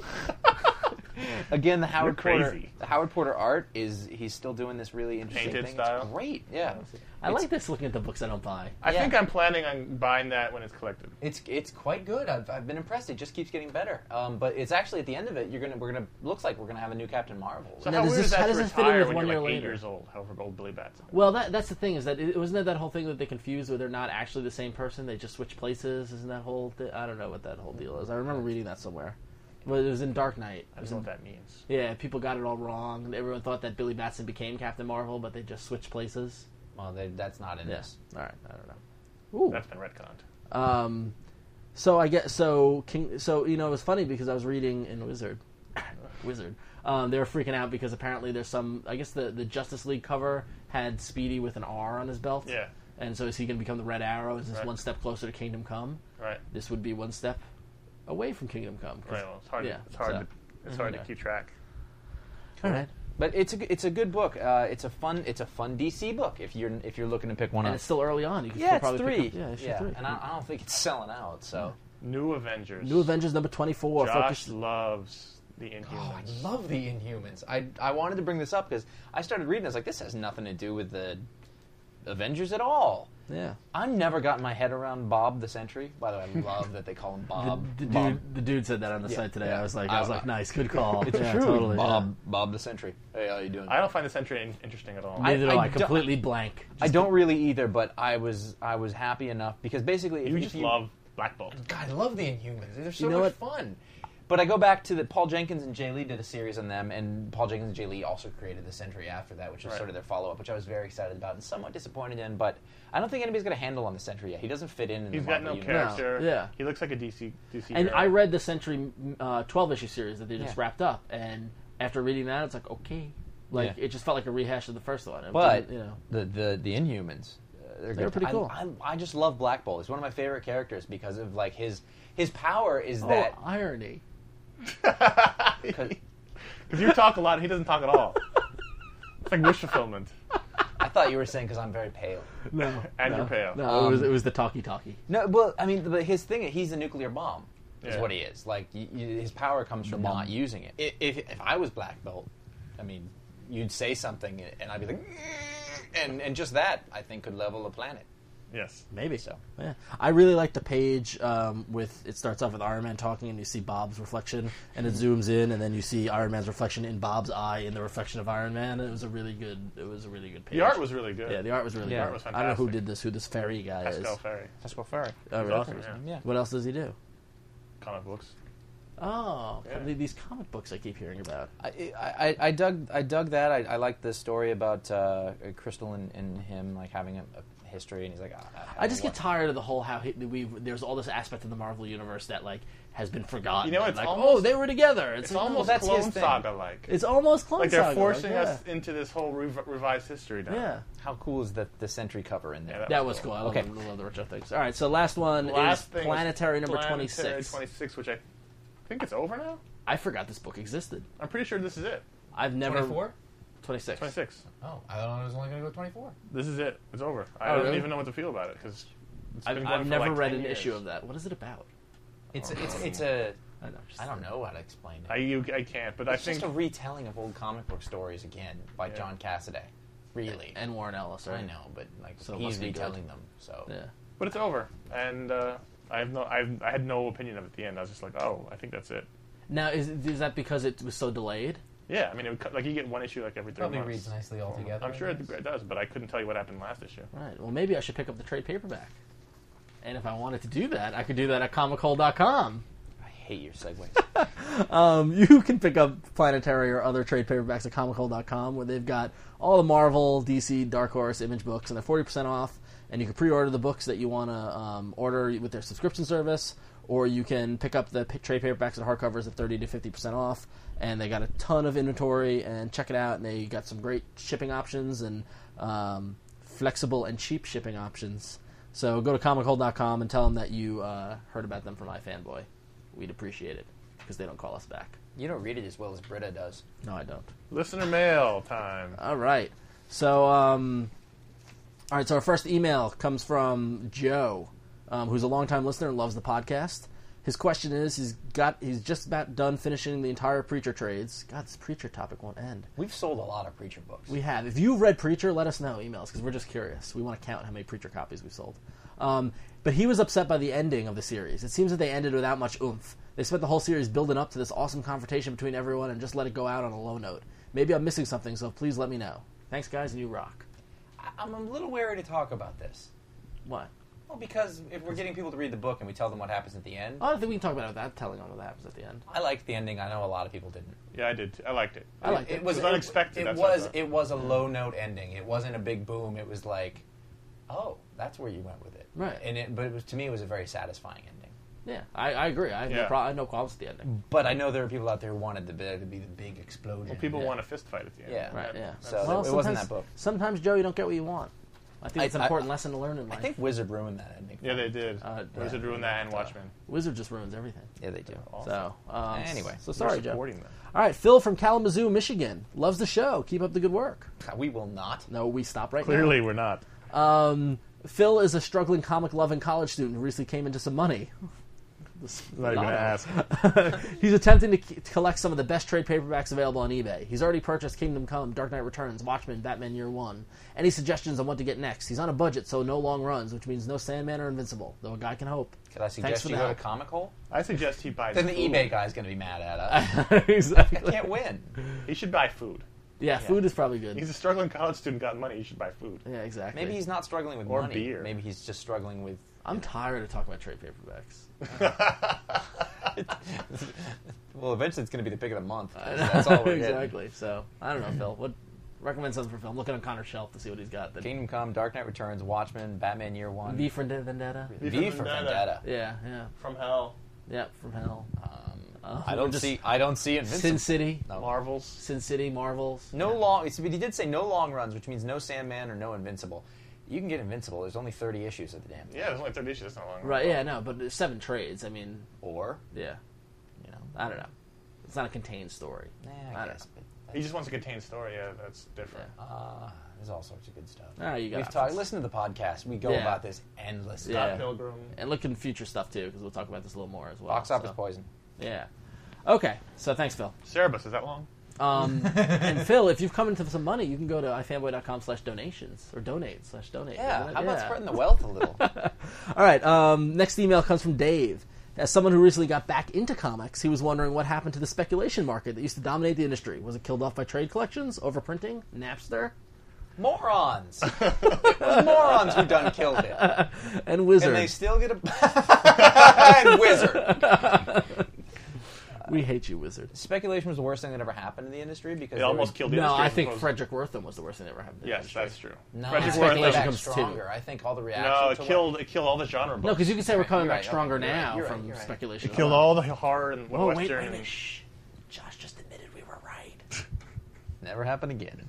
[SPEAKER 2] again the Howard
[SPEAKER 4] You're
[SPEAKER 2] Porter
[SPEAKER 4] crazy.
[SPEAKER 2] the Howard Porter art is he's still doing this really interesting
[SPEAKER 4] Painted
[SPEAKER 2] thing.
[SPEAKER 4] style.
[SPEAKER 2] It's great, yeah.
[SPEAKER 3] I like this. Looking at the books I don't buy.
[SPEAKER 4] I
[SPEAKER 2] Yeah.
[SPEAKER 4] think I'm planning on buying that when it's collected.
[SPEAKER 2] It's it's quite good. I've, I've been impressed. It just keeps getting better. Um, but it's actually at the end of it, you're gonna we're gonna looks like we're gonna have a new Captain Marvel.
[SPEAKER 4] So
[SPEAKER 3] Now,
[SPEAKER 4] how
[SPEAKER 3] does
[SPEAKER 4] weird
[SPEAKER 3] this-
[SPEAKER 4] is that
[SPEAKER 3] how
[SPEAKER 4] to
[SPEAKER 3] does this fit in
[SPEAKER 4] retire
[SPEAKER 3] with
[SPEAKER 4] when
[SPEAKER 3] one
[SPEAKER 4] you're
[SPEAKER 3] year
[SPEAKER 4] like eight
[SPEAKER 3] later?
[SPEAKER 4] years old, however old Billy Batson? is?
[SPEAKER 3] Well, that that's the thing is that it, wasn't that that whole thing that they confused where they're not actually the same person. They just switch places. Isn't that whole? Thi- I don't know what that whole deal is. I remember reading that somewhere. Well, it was in Dark Knight.
[SPEAKER 4] I don't know what that means.
[SPEAKER 3] Yeah, people got it all wrong. and Everyone thought that Billy Batson became Captain Marvel, but they just switched places.
[SPEAKER 2] well, they, that's not in this.
[SPEAKER 3] All right. I don't know. Ooh.
[SPEAKER 4] That's been retconned.
[SPEAKER 3] Um, so I get so King, so you know it was funny because I was reading in Wizard, <coughs> Wizard. Um, they were freaking out because apparently there's some. I guess the the Justice League cover had Speedy with an R on his belt.
[SPEAKER 4] Yeah.
[SPEAKER 3] And so is he going to become the Red Arrow? Is this
[SPEAKER 4] Right.
[SPEAKER 3] one step closer to Kingdom Come?
[SPEAKER 4] Right.
[SPEAKER 3] This would be one step away from Kingdom Come. 'cause-
[SPEAKER 4] Right. Well, it's hard.
[SPEAKER 3] Yeah,
[SPEAKER 4] it's hard.
[SPEAKER 3] so-
[SPEAKER 4] to, it's hard
[SPEAKER 3] Yeah.
[SPEAKER 4] to keep track.
[SPEAKER 3] All right.
[SPEAKER 2] But it's a g- it's a good book. Uh, it's a fun it's a fun DC book if you're if you're looking to pick one
[SPEAKER 3] And
[SPEAKER 2] up.
[SPEAKER 3] it's still early on. You can still
[SPEAKER 2] yeah, it's
[SPEAKER 3] probably
[SPEAKER 2] three.
[SPEAKER 3] Pick up, yeah, issue three.
[SPEAKER 2] and I, I don't think it's selling out. So
[SPEAKER 4] New Avengers.
[SPEAKER 3] New Avengers number twenty four.
[SPEAKER 4] Josh
[SPEAKER 3] Focus.
[SPEAKER 4] loves the Inhumans.
[SPEAKER 2] Oh, I love the Inhumans. I, I wanted to bring this up because I started reading. I was like, this has nothing to do with the Avengers at all.
[SPEAKER 3] Yeah.
[SPEAKER 2] I've never gotten my head around Bob the Sentry. By
[SPEAKER 4] <laughs>
[SPEAKER 2] the way, I love that they call him Bob.
[SPEAKER 3] The
[SPEAKER 2] Bob.
[SPEAKER 3] dude, the dude said that on the site today.
[SPEAKER 2] yeah.
[SPEAKER 3] I was like, I was
[SPEAKER 2] I-
[SPEAKER 3] like, nice, good call.
[SPEAKER 2] It's
[SPEAKER 3] Yeah,
[SPEAKER 2] true.
[SPEAKER 3] totally, yeah.
[SPEAKER 2] Bob. Bob the Sentry. Hey, how you doing?
[SPEAKER 4] I don't find the Sentry in- interesting at all.
[SPEAKER 3] Neither do I,
[SPEAKER 2] I don't-
[SPEAKER 3] completely blank.
[SPEAKER 2] I don't really either, but I was I was happy enough because basically, if
[SPEAKER 4] you
[SPEAKER 2] if
[SPEAKER 4] just love Black Bolt.
[SPEAKER 2] God, I love the Inhumans. They're so
[SPEAKER 3] You know
[SPEAKER 2] much
[SPEAKER 3] what?
[SPEAKER 2] fun. But I go back to that Paul Jenkins and Jay Lee did a series on them, and Paul Jenkins and Jay Lee also created the Sentry after that, which was
[SPEAKER 4] Right.
[SPEAKER 2] sort of their follow up, which I was very excited about and somewhat disappointed in. But I don't think anybody's got a handle on the Sentry yet. He doesn't fit in. in
[SPEAKER 4] He's
[SPEAKER 2] the
[SPEAKER 4] got no
[SPEAKER 2] Marvel universe.
[SPEAKER 4] character.
[SPEAKER 3] yeah.
[SPEAKER 4] He looks like a DC DC.
[SPEAKER 3] And
[SPEAKER 4] hero.
[SPEAKER 3] I read the Century uh, 12 issue series that they just
[SPEAKER 2] Yeah.
[SPEAKER 3] wrapped up, and after reading that, it's like okay, like
[SPEAKER 2] Yeah.
[SPEAKER 3] it just felt like a rehash of the first one. It
[SPEAKER 2] But
[SPEAKER 3] didn't, you <laughs> know,
[SPEAKER 2] the the the Inhumans, uh, they're, good.
[SPEAKER 3] pretty
[SPEAKER 2] I-
[SPEAKER 3] cool.
[SPEAKER 2] I, I just love Black Bolt. He's one of my favorite characters because of like his his power is that
[SPEAKER 3] oh, irony.
[SPEAKER 4] Because you talk a lot, he doesn't talk at
[SPEAKER 3] <laughs>
[SPEAKER 4] all. it's like wish fulfillment.
[SPEAKER 2] I thought you were saying because I'm very pale.
[SPEAKER 3] <laughs> No,
[SPEAKER 4] <laughs> And you're pale.
[SPEAKER 3] no, it was it was the talkie talkie.
[SPEAKER 2] No, well, I mean, but his thing, he's a nuclear bomb, is
[SPEAKER 4] Yeah.
[SPEAKER 2] what he is. Like, y y his power comes from not using it. I- If, if I was Black Belt, I mean, you'd say something, and I'd be like, and, and just that, I think, could level a planet.
[SPEAKER 4] Yes.
[SPEAKER 3] Maybe
[SPEAKER 2] So.
[SPEAKER 3] Yeah. I really like the page um, with it starts off with Iron Man talking, and you see Bob's reflection, and it zooms in, and then you see Iron Man's reflection in Bob's eye in the reflection of Iron Man. And it was a really good. It was a really good page.
[SPEAKER 4] The art was really good.
[SPEAKER 3] Yeah, the art was really
[SPEAKER 2] Yeah.
[SPEAKER 3] good.
[SPEAKER 2] Art was
[SPEAKER 3] I don't know who
[SPEAKER 4] fantastic.
[SPEAKER 3] did this, who this fairy guy
[SPEAKER 4] Pascal
[SPEAKER 3] is.
[SPEAKER 4] Ferry.
[SPEAKER 2] That's what Ferry.
[SPEAKER 3] Oh, really?
[SPEAKER 4] Awesome, yeah.
[SPEAKER 2] Yeah.
[SPEAKER 3] What else does he do?
[SPEAKER 4] Comic books.
[SPEAKER 3] Oh, these comic books I keep hearing about.
[SPEAKER 2] I, I, I dug I dug that. I, I liked the story about uh, Crystal and, and him like having a, a- history, and he's like, "Ah,
[SPEAKER 3] I just get tired of the whole how he, we there's all this aspect of the Marvel universe that like has been forgotten.
[SPEAKER 4] You know,
[SPEAKER 3] And,
[SPEAKER 4] it's
[SPEAKER 3] like
[SPEAKER 4] almost-
[SPEAKER 3] oh they were together.
[SPEAKER 4] It's
[SPEAKER 3] It's, like, no,
[SPEAKER 4] almost
[SPEAKER 3] that's
[SPEAKER 4] Clone
[SPEAKER 3] his thing.
[SPEAKER 4] Saga like.
[SPEAKER 3] It's almost clone
[SPEAKER 4] Like they're
[SPEAKER 3] Saga,
[SPEAKER 4] forcing
[SPEAKER 3] like,
[SPEAKER 4] us into this whole rev- revised history now.
[SPEAKER 3] Yeah. yeah.
[SPEAKER 2] how cool is the the Sentry cover in there?"
[SPEAKER 3] That was cool. I love,
[SPEAKER 2] Okay.
[SPEAKER 3] I love the retro things. All right, so last one
[SPEAKER 4] Last
[SPEAKER 3] is
[SPEAKER 4] thing was
[SPEAKER 3] planetary number
[SPEAKER 4] Planetary
[SPEAKER 3] 26.
[SPEAKER 4] 26, which I think it's over now.
[SPEAKER 3] I forgot this book existed.
[SPEAKER 4] I'm pretty sure this is it.
[SPEAKER 3] I've never
[SPEAKER 2] 24?
[SPEAKER 3] 26.
[SPEAKER 4] 26.
[SPEAKER 2] Oh, I thought I was only going to go 24.
[SPEAKER 4] This is it. It's over. I
[SPEAKER 3] Oh,
[SPEAKER 4] don't
[SPEAKER 3] really?
[SPEAKER 4] even know what to feel about it because
[SPEAKER 3] I've, I've never read an issue of that. What is it about?
[SPEAKER 2] It's it's it's a
[SPEAKER 3] I don't know. just-
[SPEAKER 2] I don't know how to explain it.
[SPEAKER 4] I you, I can't, but I
[SPEAKER 2] it's
[SPEAKER 4] think
[SPEAKER 2] just a retelling of old comic book stories again by John Cassaday. Really,
[SPEAKER 3] And Warren Ellis, right?
[SPEAKER 2] I know, but like
[SPEAKER 3] So it
[SPEAKER 2] he's
[SPEAKER 3] must be good.
[SPEAKER 2] retelling them. So
[SPEAKER 3] Yeah.
[SPEAKER 4] but it's over, and uh, I have no I, I had no opinion of it at the end. I was just like, oh, I think that's it.
[SPEAKER 3] Now, is, is that because it was so delayed?
[SPEAKER 4] Yeah, I mean, it would, cut- like you get one issue like every three
[SPEAKER 2] probably
[SPEAKER 4] months.
[SPEAKER 2] reads nicely all together.
[SPEAKER 4] I'm sure
[SPEAKER 2] I
[SPEAKER 4] it,
[SPEAKER 2] guess.
[SPEAKER 4] it does, but I couldn't tell you what happened last issue.
[SPEAKER 3] Right. Well, maybe I should pick up the trade paperback. And if I wanted to do that, I could do that at comichole.com.
[SPEAKER 2] I hate your segues. <laughs>
[SPEAKER 3] Um, <laughs> you can pick up Planetary or other trade paperbacks at comichole.com where they've got all the Marvel, DC, Dark Horse, Image books, and they're 40% off. And you can pre order the books that you want to um, order with their subscription service, or you can pick up the p- trade paperbacks and hardcovers at 30 to 50% off. And they got a ton of inventory, and check it out. And they got some great shipping options and um, flexible and cheap shipping options. So go to comichole.com and tell them that you uh, heard about them from iFanboy. We'd appreciate it because they don't call us back.
[SPEAKER 2] you don't read it as well as Britta does.
[SPEAKER 3] No, I don't.
[SPEAKER 4] Listener mail time.
[SPEAKER 3] All right. So, um, all right. So our first email comes from Joe, um, who's a longtime listener and loves the podcast. His question is: He's got he's just about done finishing the entire Preacher trades. God, this Preacher topic won't end.
[SPEAKER 2] We've sold a lot of preacher books.
[SPEAKER 3] We have. If you've read Preacher, let us know emails because we're just curious. We want to count how many Preacher copies we've sold. Um, but he was upset by the ending of the series. It seems that they ended without much oomph. They spent the whole series building up to this awesome confrontation between everyone and just let it go out on a low note. Maybe I'm missing something, so please let me know. Thanks, guys, and you rock.
[SPEAKER 2] I- I'm a little wary to talk about this.
[SPEAKER 3] What?
[SPEAKER 2] Well, because if we're getting people to read the book and we tell them what happens at the end,
[SPEAKER 3] Oh, I don't think we can talk about it without telling them what happens at the end.
[SPEAKER 2] I liked the ending. I know a lot of people didn't.
[SPEAKER 4] Yeah, I did. Too. I liked it.
[SPEAKER 3] I liked it.
[SPEAKER 2] was
[SPEAKER 4] It was unexpected,
[SPEAKER 2] It,
[SPEAKER 4] that's what I
[SPEAKER 2] was
[SPEAKER 4] thought.
[SPEAKER 2] it was a low note ending. It wasn't a big boom. It was like, oh, that's where you went with it.
[SPEAKER 3] Right.
[SPEAKER 2] And it, but it was to me, it was a very satisfying ending.
[SPEAKER 3] Yeah, I, I agree. I have, no
[SPEAKER 4] Yeah.
[SPEAKER 3] pro- I have no qualms with the ending.
[SPEAKER 2] But I know there are people out there who wanted the big, to be the big explosion.
[SPEAKER 4] Well, people want a fist fight at the end.
[SPEAKER 2] Yeah.
[SPEAKER 3] Right,
[SPEAKER 4] That-
[SPEAKER 3] yeah.
[SPEAKER 2] So it wasn't
[SPEAKER 3] sometimes-
[SPEAKER 2] that book.
[SPEAKER 3] Sometimes, Joe, you don't get what you want. I think
[SPEAKER 2] I-
[SPEAKER 3] it's an
[SPEAKER 2] I-
[SPEAKER 3] important lesson to learn in life.
[SPEAKER 2] I think Wizard ruined that ending.
[SPEAKER 4] Yeah, they did.
[SPEAKER 3] Uh,
[SPEAKER 4] Wizard ruined that and Watchmen.
[SPEAKER 3] Wizard just ruins everything.
[SPEAKER 2] Yeah, they do.
[SPEAKER 3] So um,
[SPEAKER 2] Anyway,
[SPEAKER 3] so
[SPEAKER 2] we're
[SPEAKER 3] sorry,
[SPEAKER 4] They're
[SPEAKER 3] Joe.
[SPEAKER 4] supporting them.
[SPEAKER 3] All right, Phil from Kalamazoo, Michigan, loves the show. Keep up the good work.
[SPEAKER 2] We will not.
[SPEAKER 3] No, we stop right
[SPEAKER 4] Clearly, we're not.
[SPEAKER 3] now. Phil is a struggling comic-loving college student who recently came into some money. <laughs> This-
[SPEAKER 4] Not even gonna ask.
[SPEAKER 3] He's attempting to, c- to collect some of the best trade paperbacks available on eBay. He's already purchased Kingdom Come, Dark Knight Returns, Watchmen, Batman Year One. Any suggestions on what to get next? He's on a budget, so no long runs, which means no Sandman or Invincible, though a guy can hope. <laughs>
[SPEAKER 2] Could I
[SPEAKER 3] Thanks
[SPEAKER 2] suggest
[SPEAKER 3] for
[SPEAKER 2] you
[SPEAKER 3] the
[SPEAKER 2] go to
[SPEAKER 3] help.
[SPEAKER 2] Comic Hole?
[SPEAKER 4] I suggest he buys.
[SPEAKER 2] Then the
[SPEAKER 4] food.
[SPEAKER 2] eBay guy's going to be mad at us. <laughs> I <laughs>
[SPEAKER 3] exactly.
[SPEAKER 2] can't win.
[SPEAKER 4] He should buy food.
[SPEAKER 3] Yeah, food is probably good.
[SPEAKER 4] He's a struggling college student, got money. He should buy food.
[SPEAKER 3] yeah, exactly.
[SPEAKER 2] Maybe he's not struggling with
[SPEAKER 4] Or
[SPEAKER 2] money.
[SPEAKER 4] beer.
[SPEAKER 2] Maybe he's just struggling with.
[SPEAKER 3] I'm tired of talking about trade paperbacks.
[SPEAKER 2] Well, eventually it's going to be the pick of the month. <laughs> That's all
[SPEAKER 3] <laughs>
[SPEAKER 2] we're getting.
[SPEAKER 3] exactly. So I don't know, Phil. What recommend something for Phil? I'm looking on Connor's shelf to see what he's got. That
[SPEAKER 2] Kingdom Come, Dark Knight Returns, Watchmen, Batman Year One,
[SPEAKER 3] V for Vendetta.
[SPEAKER 2] V
[SPEAKER 4] V for
[SPEAKER 2] for
[SPEAKER 4] Vendetta.
[SPEAKER 2] Vendetta.
[SPEAKER 3] Yeah, yeah,
[SPEAKER 4] From hell.
[SPEAKER 3] yeah. From hell.
[SPEAKER 2] I
[SPEAKER 3] we're
[SPEAKER 2] don't
[SPEAKER 3] just-
[SPEAKER 2] see. I don't see Invincible.
[SPEAKER 3] Sin City.
[SPEAKER 4] Marvels.
[SPEAKER 3] Sin City. Marvels.
[SPEAKER 2] No long. It's, but he did say no long runs, which means no Sandman or no Invincible. You can get Invincible. There's only 30 issues of the damn. thing.
[SPEAKER 4] Yeah, there's only thirty issues. That's not long.
[SPEAKER 3] Right. Yeah. No. But there's seven trades. I mean,
[SPEAKER 2] Or
[SPEAKER 3] yeah.
[SPEAKER 2] you know.
[SPEAKER 3] I don't know. It's not a contained story.
[SPEAKER 2] Nah,
[SPEAKER 3] I
[SPEAKER 2] I,
[SPEAKER 3] don't
[SPEAKER 2] guess. But
[SPEAKER 4] He just wants a contained story. Yeah, that's different.
[SPEAKER 2] there's all sorts of good stuff.
[SPEAKER 3] Ah, you got
[SPEAKER 2] We've
[SPEAKER 3] options.
[SPEAKER 2] talked. Listen to the podcast. We go
[SPEAKER 3] Yeah.
[SPEAKER 2] about this endlessly.
[SPEAKER 3] Yeah.
[SPEAKER 4] Pilgrim.
[SPEAKER 3] And look in future stuff too, because we'll talk about this a little more as well.
[SPEAKER 2] Box office
[SPEAKER 3] so,
[SPEAKER 2] poison.
[SPEAKER 3] Yeah. Okay. So thanks, Phil.
[SPEAKER 4] Cerebus. Is that long?
[SPEAKER 3] Um, <laughs> and Phil, if you've come into some money, you can go to ifanboy.com slash donations or donate slash donate.
[SPEAKER 2] Yeah.
[SPEAKER 3] isn't it?
[SPEAKER 2] How about spreading the wealth a little?
[SPEAKER 3] All right. Um, next email comes from Dave. As someone who recently got back into comics, he was wondering what happened to the speculation market that used to dominate the industry. Was it killed off by trade collections, overprinting, Napster,
[SPEAKER 2] morons. it was morons who done killed it.
[SPEAKER 3] and Wizard?
[SPEAKER 2] And they still get a and wizard.
[SPEAKER 3] We hate you, wizard.
[SPEAKER 2] Speculation was the worst thing that ever happened in the industry because
[SPEAKER 4] It
[SPEAKER 2] there
[SPEAKER 4] almost
[SPEAKER 2] was-
[SPEAKER 4] killed the
[SPEAKER 3] No,
[SPEAKER 4] industry.
[SPEAKER 3] I think
[SPEAKER 4] It was-
[SPEAKER 3] Frederick Wortham was the worst thing that ever happened. to the
[SPEAKER 4] Yes,
[SPEAKER 3] industry.
[SPEAKER 4] that's true.
[SPEAKER 2] No,
[SPEAKER 4] Frederick
[SPEAKER 2] it's
[SPEAKER 4] Wortham-
[SPEAKER 2] coming back
[SPEAKER 3] comes two.
[SPEAKER 2] stronger. I think all the reaction.
[SPEAKER 4] No,
[SPEAKER 2] to
[SPEAKER 4] it
[SPEAKER 2] what-
[SPEAKER 4] killed it killed all the genre books.
[SPEAKER 3] No, because you can say we're coming
[SPEAKER 2] You're
[SPEAKER 3] back
[SPEAKER 2] right,
[SPEAKER 3] stronger
[SPEAKER 2] you're right,
[SPEAKER 3] now
[SPEAKER 2] you're right,
[SPEAKER 3] from
[SPEAKER 2] you're right.
[SPEAKER 3] speculation.
[SPEAKER 4] It killed all the horror and
[SPEAKER 3] Oh, wait, wait,
[SPEAKER 4] western.
[SPEAKER 3] a minute.
[SPEAKER 4] and-
[SPEAKER 3] Shh. Josh just admitted we were right.
[SPEAKER 2] Never happen again.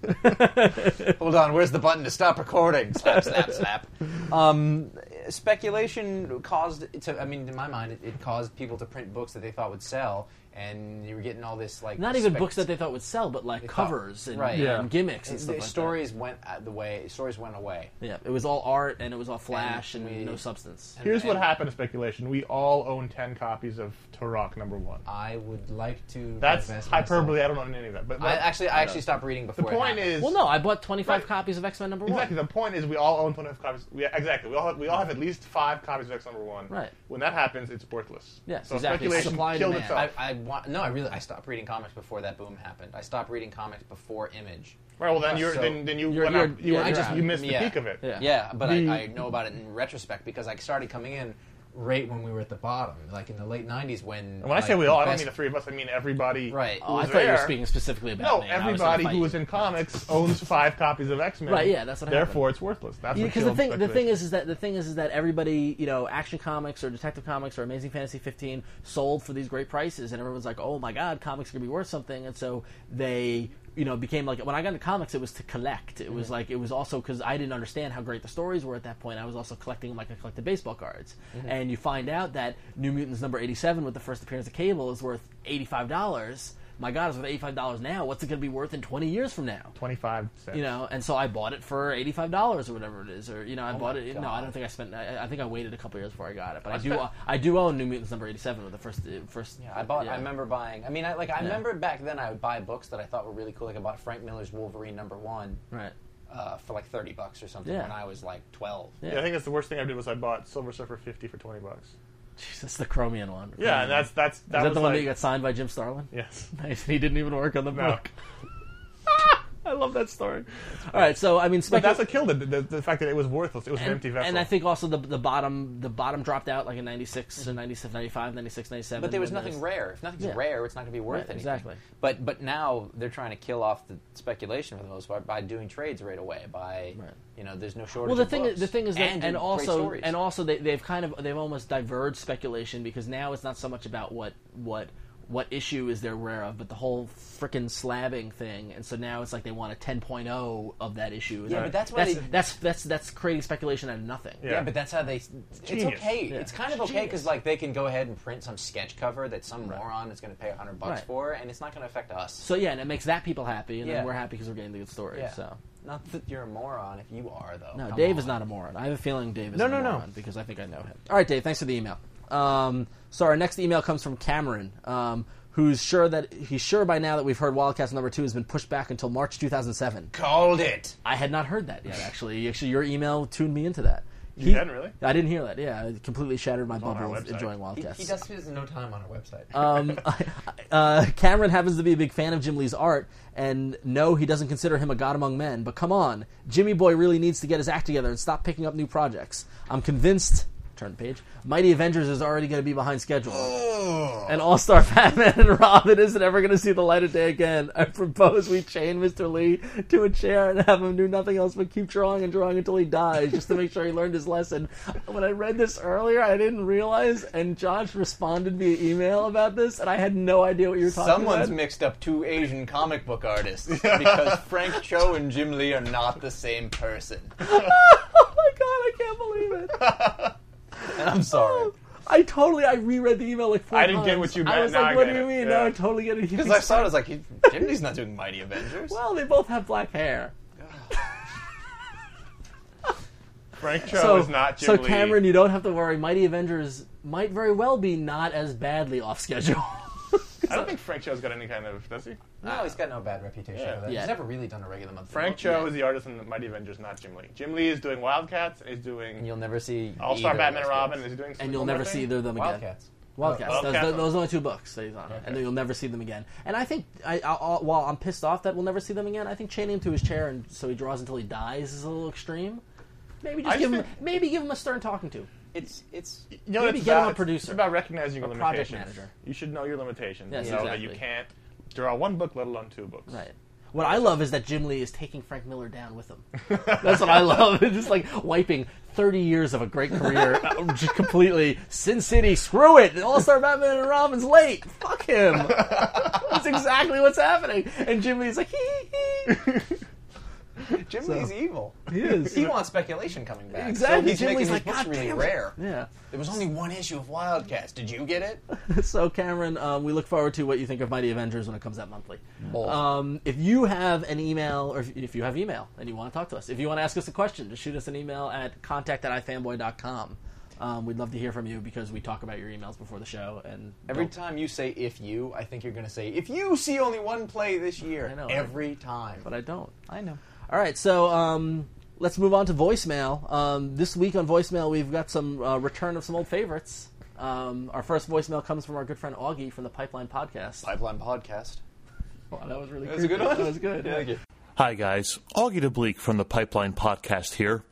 [SPEAKER 2] Hold on, where's the button to stop recording? Snap, snap, snap. Um, speculation caused, to, I mean, in my mind, it, it caused people to print books that they thought would sell, and you were getting all this, like.
[SPEAKER 3] Not even
[SPEAKER 2] spec-
[SPEAKER 3] books that they thought would sell, but like
[SPEAKER 2] thought-
[SPEAKER 3] covers and,
[SPEAKER 2] right.
[SPEAKER 3] and
[SPEAKER 2] Yeah.
[SPEAKER 3] gimmicks and
[SPEAKER 2] The
[SPEAKER 3] stuff like
[SPEAKER 2] stories went uh, the way stories went away.
[SPEAKER 3] that. Yeah, it was all art and it was all flash and,
[SPEAKER 2] we-
[SPEAKER 3] no substance.
[SPEAKER 4] Here's what
[SPEAKER 2] And-
[SPEAKER 4] happened to speculation. We all own ten copies of Turok number one.
[SPEAKER 2] I would like to.
[SPEAKER 4] That's
[SPEAKER 2] divest
[SPEAKER 4] hyperbole.
[SPEAKER 2] myself.
[SPEAKER 4] I don't own any of that. But
[SPEAKER 2] I
[SPEAKER 4] that-
[SPEAKER 2] actually, I actually stopped reading
[SPEAKER 4] the
[SPEAKER 2] before. it
[SPEAKER 4] point
[SPEAKER 2] happened.
[SPEAKER 4] is
[SPEAKER 3] well, no, I bought 25
[SPEAKER 4] Right.
[SPEAKER 3] copies of X Men number
[SPEAKER 4] Exactly.
[SPEAKER 3] one.
[SPEAKER 4] The point is, we all own 25 copies. We, exactly. We all have, we all have at least five copies of X number one.
[SPEAKER 3] Right.
[SPEAKER 4] When that happens, it's worthless.
[SPEAKER 3] Yes,
[SPEAKER 4] so
[SPEAKER 3] exactly.
[SPEAKER 4] Speculation
[SPEAKER 3] Supply and
[SPEAKER 4] killed
[SPEAKER 3] demand.
[SPEAKER 4] itself.
[SPEAKER 2] I, I want no. I really, I stopped reading comics before that boom happened. I stopped reading comics before Image.
[SPEAKER 4] right. Well, then you're
[SPEAKER 2] So-
[SPEAKER 4] then, then you
[SPEAKER 3] You're-
[SPEAKER 4] went
[SPEAKER 3] you're-
[SPEAKER 4] out, you
[SPEAKER 3] yeah,
[SPEAKER 4] went
[SPEAKER 3] you're
[SPEAKER 4] just
[SPEAKER 3] out.
[SPEAKER 4] you missed
[SPEAKER 2] Yeah.
[SPEAKER 4] the peak of it.
[SPEAKER 3] Yeah.
[SPEAKER 2] Yeah, but
[SPEAKER 4] The-
[SPEAKER 2] I, I know about it in retrospect because I started coming in right when we were at the bottom, like in the late '90s when.
[SPEAKER 4] And when I say we all, I don't mean the three of us. I mean everybody.
[SPEAKER 2] Right.
[SPEAKER 4] who
[SPEAKER 3] Oh, I
[SPEAKER 4] was
[SPEAKER 3] thought you were
[SPEAKER 4] there.
[SPEAKER 3] speaking specifically about
[SPEAKER 4] No,
[SPEAKER 3] me. and I was gonna
[SPEAKER 4] everybody
[SPEAKER 3] fight
[SPEAKER 4] who was
[SPEAKER 3] you.
[SPEAKER 4] in comics owns five copies of X Men.
[SPEAKER 3] Right, yeah, that's what happened.
[SPEAKER 4] Therefore, it's worthless. That's what
[SPEAKER 3] because the
[SPEAKER 4] killed
[SPEAKER 3] thing the thing
[SPEAKER 4] speculation.
[SPEAKER 3] is is that the thing is is that everybody you know action comics or detective comics or amazing fantasy 15 sold for these great prices and everyone's like oh my god comics are gonna be worth something and so they you know became like when i got into comics it was to collect it was like it was also because i didn't understand how great the stories were at that point i was also collecting them like i collected baseball cards and you find out that new mutants number 87 with the first appearance of cable is worth $85 my god it's worth $85 now what's it gonna be worth in 20 years from now
[SPEAKER 4] 25 cents.
[SPEAKER 3] you know, and so I bought it for eighty five dollars or whatever it is, or you know, I bought it. No, I
[SPEAKER 2] Oh God.
[SPEAKER 3] don't think I spent. I, I think I waited a couple years before I got it, but I, do. I do own New Mutants number eighty seven with the first uh, first.
[SPEAKER 2] Yeah, I bought.
[SPEAKER 3] yeah.
[SPEAKER 2] I remember buying. I mean, I like. I remember back then I would buy books that I thought were really cool. Like I bought Frank Miller's Wolverine number one
[SPEAKER 3] Right. <laughs>
[SPEAKER 2] uh, for like thirty bucks or something
[SPEAKER 3] Yeah.
[SPEAKER 2] when I was like twelve.
[SPEAKER 4] Yeah, I think that's the worst thing I did was I bought Silver Surfer 50 for 20 bucks.
[SPEAKER 3] Jesus, the Chromian one.
[SPEAKER 4] Yeah, and that's that's that,
[SPEAKER 3] Mm. Is that
[SPEAKER 4] was
[SPEAKER 3] the one
[SPEAKER 4] like,
[SPEAKER 3] that you got signed by Jim Starlin?
[SPEAKER 4] yes.
[SPEAKER 3] <laughs>
[SPEAKER 4] <laughs>
[SPEAKER 3] Nice. He didn't even work on the
[SPEAKER 4] No.
[SPEAKER 3] book. I love that story. All right, so I mean,
[SPEAKER 4] But
[SPEAKER 3] specu-
[SPEAKER 4] that's what killed it. The, the, the fact that it was worthless. It was an
[SPEAKER 3] and,
[SPEAKER 4] empty vessel.
[SPEAKER 3] and I think also the the bottom the bottom dropped out like in 96 or 97, 95, 96, 97.
[SPEAKER 2] But there was
[SPEAKER 3] when
[SPEAKER 2] nothing rare. If nothing's
[SPEAKER 3] Yeah.
[SPEAKER 2] rare, it's not going to be worth
[SPEAKER 3] Right,
[SPEAKER 2] anything.
[SPEAKER 3] exactly.
[SPEAKER 2] But but now they're trying to kill off the speculation for the most part by doing trades right away. By
[SPEAKER 3] Right.
[SPEAKER 2] you know, there's no shortage.
[SPEAKER 3] Well, the
[SPEAKER 2] of
[SPEAKER 3] thing
[SPEAKER 2] books.
[SPEAKER 3] is, the thing is, that, and,
[SPEAKER 2] great
[SPEAKER 3] also,
[SPEAKER 2] stories.
[SPEAKER 3] and also, they, they've kind of, they've almost diverged speculation because now it's not so much about what, what, what issue is there rare of, but the whole frickin' slabbing thing, and so now it's like they want a 10.0 of that issue.
[SPEAKER 2] Yeah, but that's why
[SPEAKER 3] that's,
[SPEAKER 2] they-
[SPEAKER 3] that's that's that's creating speculation out of nothing.
[SPEAKER 2] yeah. but that's how they. It's
[SPEAKER 4] Genius.
[SPEAKER 2] okay. It's kind of okay
[SPEAKER 3] Genius.
[SPEAKER 2] because like they can go ahead and print some sketch cover that some moron is going to pay a hundred bucks
[SPEAKER 3] Right.
[SPEAKER 2] for, and it's not going to affect us.
[SPEAKER 3] So yeah, and it makes that people happy, and
[SPEAKER 2] Yeah.
[SPEAKER 3] then we're happy because we're getting the good story.
[SPEAKER 2] yeah.
[SPEAKER 3] So
[SPEAKER 2] Not that you're a moron. If you are though.
[SPEAKER 3] no,
[SPEAKER 2] Come
[SPEAKER 3] Dave is
[SPEAKER 2] on.
[SPEAKER 3] not a moron. I have a feeling Dave is
[SPEAKER 2] No,
[SPEAKER 3] not a
[SPEAKER 2] no, no.
[SPEAKER 3] moron because I think I know him. All right, Dave, thanks for the email. Um, so our next email comes from Cameron, um, who's sure that he's sure by now that we've heard Wildcats number two has been pushed back until March 2007.
[SPEAKER 2] Called it.
[SPEAKER 3] I had not heard that yet. Actually, <laughs> actually, your email tuned me into that.
[SPEAKER 4] You
[SPEAKER 3] He-
[SPEAKER 4] hadn't really?
[SPEAKER 3] I didn't hear that. Yeah, it completely shattered my
[SPEAKER 4] on our
[SPEAKER 3] bubble of
[SPEAKER 4] website.
[SPEAKER 3] enjoying
[SPEAKER 2] He,
[SPEAKER 3] Wildcats.
[SPEAKER 2] he does spend no time on our website.
[SPEAKER 3] Um, <laughs> uh, Cameron happens to be a big fan of Jim Lee's art, and no, he doesn't consider him a god among men. But come on, Jimmy Boy really needs to get his act together and stop picking up new projects. I'm convinced. Turn the page. Mighty Avengers is already going to be behind schedule, and All Star <laughs> Batman and Robin isn't ever going to see the light of day again. I propose we chain Mr. Lee to a chair and have him do nothing else but keep drawing and drawing until he dies, just to make sure he learned his lesson. When I read this earlier, I didn't realize, and Josh responded via email about this, and I had no idea what you were talking
[SPEAKER 2] Someone's
[SPEAKER 3] about.
[SPEAKER 2] mixed up two Asian comic book artists because Frank Cho and Jim Lee are not the same person.
[SPEAKER 3] <laughs> oh my god, I can't believe it.
[SPEAKER 2] And I'm sorry.
[SPEAKER 3] <laughs> I totally, I reread the email like four
[SPEAKER 4] I didn't get
[SPEAKER 3] times.
[SPEAKER 4] what you
[SPEAKER 3] I
[SPEAKER 4] meant,
[SPEAKER 3] was
[SPEAKER 4] now
[SPEAKER 3] like,
[SPEAKER 4] I
[SPEAKER 3] what
[SPEAKER 4] get
[SPEAKER 3] do you
[SPEAKER 4] it,
[SPEAKER 3] mean?
[SPEAKER 4] yeah.
[SPEAKER 3] No, I totally get it. <laughs>
[SPEAKER 2] Because I saw it, I was like, "He- Jim Lee's not doing Mighty Avengers.
[SPEAKER 3] well, they both have black hair.
[SPEAKER 4] Frank Cho
[SPEAKER 3] so,
[SPEAKER 4] is not Jim
[SPEAKER 3] so
[SPEAKER 4] Lee.
[SPEAKER 3] Cameron, you don't have to worry. Mighty Avengers might very well be not as badly off schedule.
[SPEAKER 4] I don't think Frank Cho's got any kind of does he?
[SPEAKER 2] no, he's got no bad reputation
[SPEAKER 4] Yeah.
[SPEAKER 2] for that.
[SPEAKER 3] Yeah.
[SPEAKER 2] He's never really done a regular month.
[SPEAKER 4] Frank
[SPEAKER 2] book.
[SPEAKER 4] Cho is the artist in the Mighty Avengers, not Jim Lee. Jim Lee is doing Wildcats and he's doing
[SPEAKER 2] You'll never see
[SPEAKER 4] All Star
[SPEAKER 2] either
[SPEAKER 4] Batman and
[SPEAKER 2] of those
[SPEAKER 4] Robin
[SPEAKER 2] guys.
[SPEAKER 4] and he's doing
[SPEAKER 3] and you'll never see either of them again.
[SPEAKER 2] Wildcats.
[SPEAKER 3] Wildcats. Those,
[SPEAKER 4] Wildcats.
[SPEAKER 3] those, those are the only two books that he's on, and then you'll never see them again. And I think, I, I, I, while I'm pissed off that we'll never see them again, I think chaining him to his chair and so he draws until he dies is a little extreme. Maybe just
[SPEAKER 4] I
[SPEAKER 3] give him,
[SPEAKER 4] think-
[SPEAKER 3] maybe give him a stern talking to.
[SPEAKER 2] It's it's
[SPEAKER 4] You know,
[SPEAKER 3] Maybe
[SPEAKER 4] it's
[SPEAKER 3] get him
[SPEAKER 4] about,
[SPEAKER 3] a
[SPEAKER 4] it's-
[SPEAKER 3] producer.
[SPEAKER 4] It's about recognizing your
[SPEAKER 3] Or project
[SPEAKER 4] limitations.
[SPEAKER 3] manager.
[SPEAKER 4] You should know your limitations.
[SPEAKER 3] Yes,
[SPEAKER 4] you know that you
[SPEAKER 3] exactly.
[SPEAKER 4] can't draw one book, let alone two books.
[SPEAKER 3] Right. What I love is that Jim Lee is taking Frank Miller down with him. <laughs> That's what I love. <laughs> It's just like wiping 30 years of a great career uh, just completely. Sin City, screw it. All Star Batman and Robin's late. Fuck him. That's exactly what's happening. And Jim Lee's like, hee hee. hee."
[SPEAKER 7] Jim Lee's
[SPEAKER 3] <laughs>
[SPEAKER 7] evil.
[SPEAKER 3] He is.
[SPEAKER 7] <laughs> He wants speculation coming back.
[SPEAKER 3] Exactly.
[SPEAKER 7] So he's
[SPEAKER 3] Jim
[SPEAKER 7] making
[SPEAKER 3] Lee's
[SPEAKER 7] these
[SPEAKER 3] like,
[SPEAKER 7] books
[SPEAKER 3] "God
[SPEAKER 7] really
[SPEAKER 3] damn it."
[SPEAKER 7] rare.
[SPEAKER 3] Yeah.
[SPEAKER 7] There was only one issue of Wildcats. Did you get it?
[SPEAKER 3] So, Cameron, um, we look forward to what you think of Mighty Avengers when it comes out monthly.
[SPEAKER 7] Bold.
[SPEAKER 3] Um, if you have an email, or if, if you have email and you want to talk to us, if you want to ask us a question, just shoot us an email at contact at ifanboy.com. Um, we'd love to hear from you because we talk about your emails before the show. And
[SPEAKER 7] Every
[SPEAKER 3] don't-
[SPEAKER 7] time you say "if you," I think you're going to say "if you see only one play this year."
[SPEAKER 3] I know,
[SPEAKER 7] Every time.
[SPEAKER 3] but I don't.
[SPEAKER 7] I know.
[SPEAKER 3] All right, so um, let's move on to voicemail. Um, this week on voicemail, we've got some uh, return of some old favorites. Um, our first voicemail comes from our good friend Augie from the Pipeline Podcast.
[SPEAKER 7] Pipeline podcast.
[SPEAKER 3] Wow, that was really
[SPEAKER 7] That was a good
[SPEAKER 3] creepy.
[SPEAKER 7] one.
[SPEAKER 3] That was good.
[SPEAKER 7] Yeah, thank you.
[SPEAKER 8] Hi, guys. Augie DeBleek from the Pipeline Podcast here.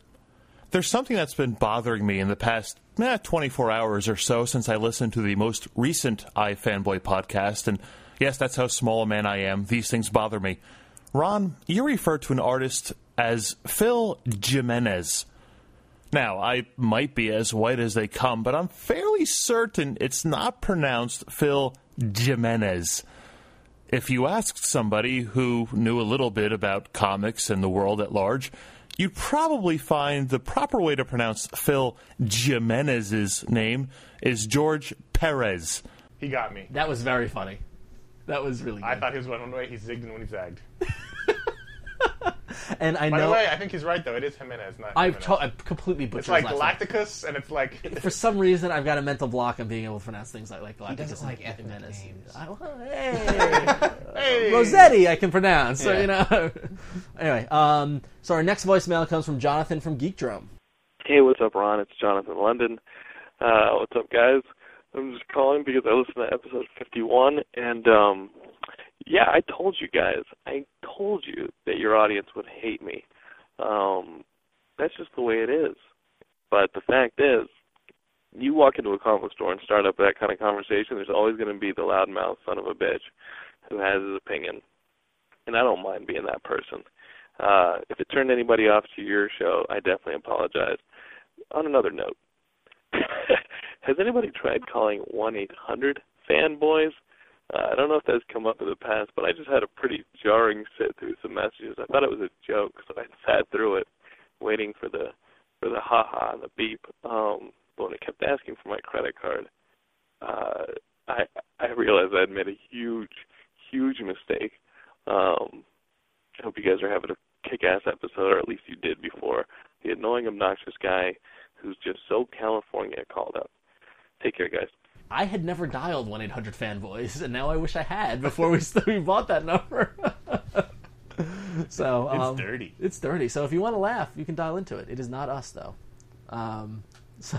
[SPEAKER 8] There's something that's been bothering me in the past eh, 24 hours or so since I listened to the most recent iFanboy podcast. And yes, that's how small a man I am. These things bother me. Ron, you refer to an artist as Phil Jimenez. Now, I might be as white as they come, but I'm fairly certain it's not pronounced Phil Jimenez if you asked somebody who knew a little bit about comics and the world at large, you'd probably find the proper way to pronounce Phil Jimenez's name is George Perez.
[SPEAKER 4] He got me.
[SPEAKER 3] That was very funny. That was really good.
[SPEAKER 4] I thought he was going one way. He zigged and when he zagged.
[SPEAKER 3] and I
[SPEAKER 4] By
[SPEAKER 3] know
[SPEAKER 4] the way, I think he's right though. It is Jimenez, not.
[SPEAKER 3] I've,
[SPEAKER 4] Jimenez.
[SPEAKER 3] to- I've completely butchered
[SPEAKER 4] It's like
[SPEAKER 3] his last name.
[SPEAKER 4] Galacticus, and it's like
[SPEAKER 3] For some reason, I've got a mental block on being able to pronounce things like, like Galacticus.
[SPEAKER 7] doesn't like
[SPEAKER 3] and
[SPEAKER 7] ethnic
[SPEAKER 3] Jimenez.
[SPEAKER 7] names.
[SPEAKER 3] <laughs> I- well, hey.
[SPEAKER 4] hey,
[SPEAKER 3] Rossetti, I can pronounce. So,
[SPEAKER 7] Yeah.
[SPEAKER 3] you know. <laughs> anyway, um, so our next voicemail comes from Jonathan from Geekdrome.
[SPEAKER 9] Hey, what's up, Ron? It's Jonathan London. Uh, what's up, guys? I'm just calling because I listened to episode 51, and um, yeah, I told you guys, I told you that your audience would hate me. Um, that's just the way it is. But the fact is, you walk into a comic store and start up that kind of conversation, there's always going to be the loudmouth son of a bitch who has his opinion, and I don't mind being that person. Uh, if it turned anybody off to your show, I definitely apologize on another note, <laughs> has anybody tried calling 1 800 fanboys? Uh, I don't know if that's come up in the past, but I just had a pretty jarring sit through some messages. I thought it was a joke, so I sat through it, waiting for the for the ha ha and the beep. Um, but when it kept asking for my credit card, uh, I I realized I'd made a huge, huge mistake. Um, I hope you guys are having a kick-ass episode, or at least you did before. The annoying, obnoxious guy who's just so California called up. Take care, guys.
[SPEAKER 3] I had never dialed 1 800 fanboys, and now I wish I had before we, <laughs> we bought that number. <laughs> so um,
[SPEAKER 4] it's dirty.
[SPEAKER 3] It's dirty. So if you want to laugh, you can dial into it. It is not us, though. Um, <laughs> so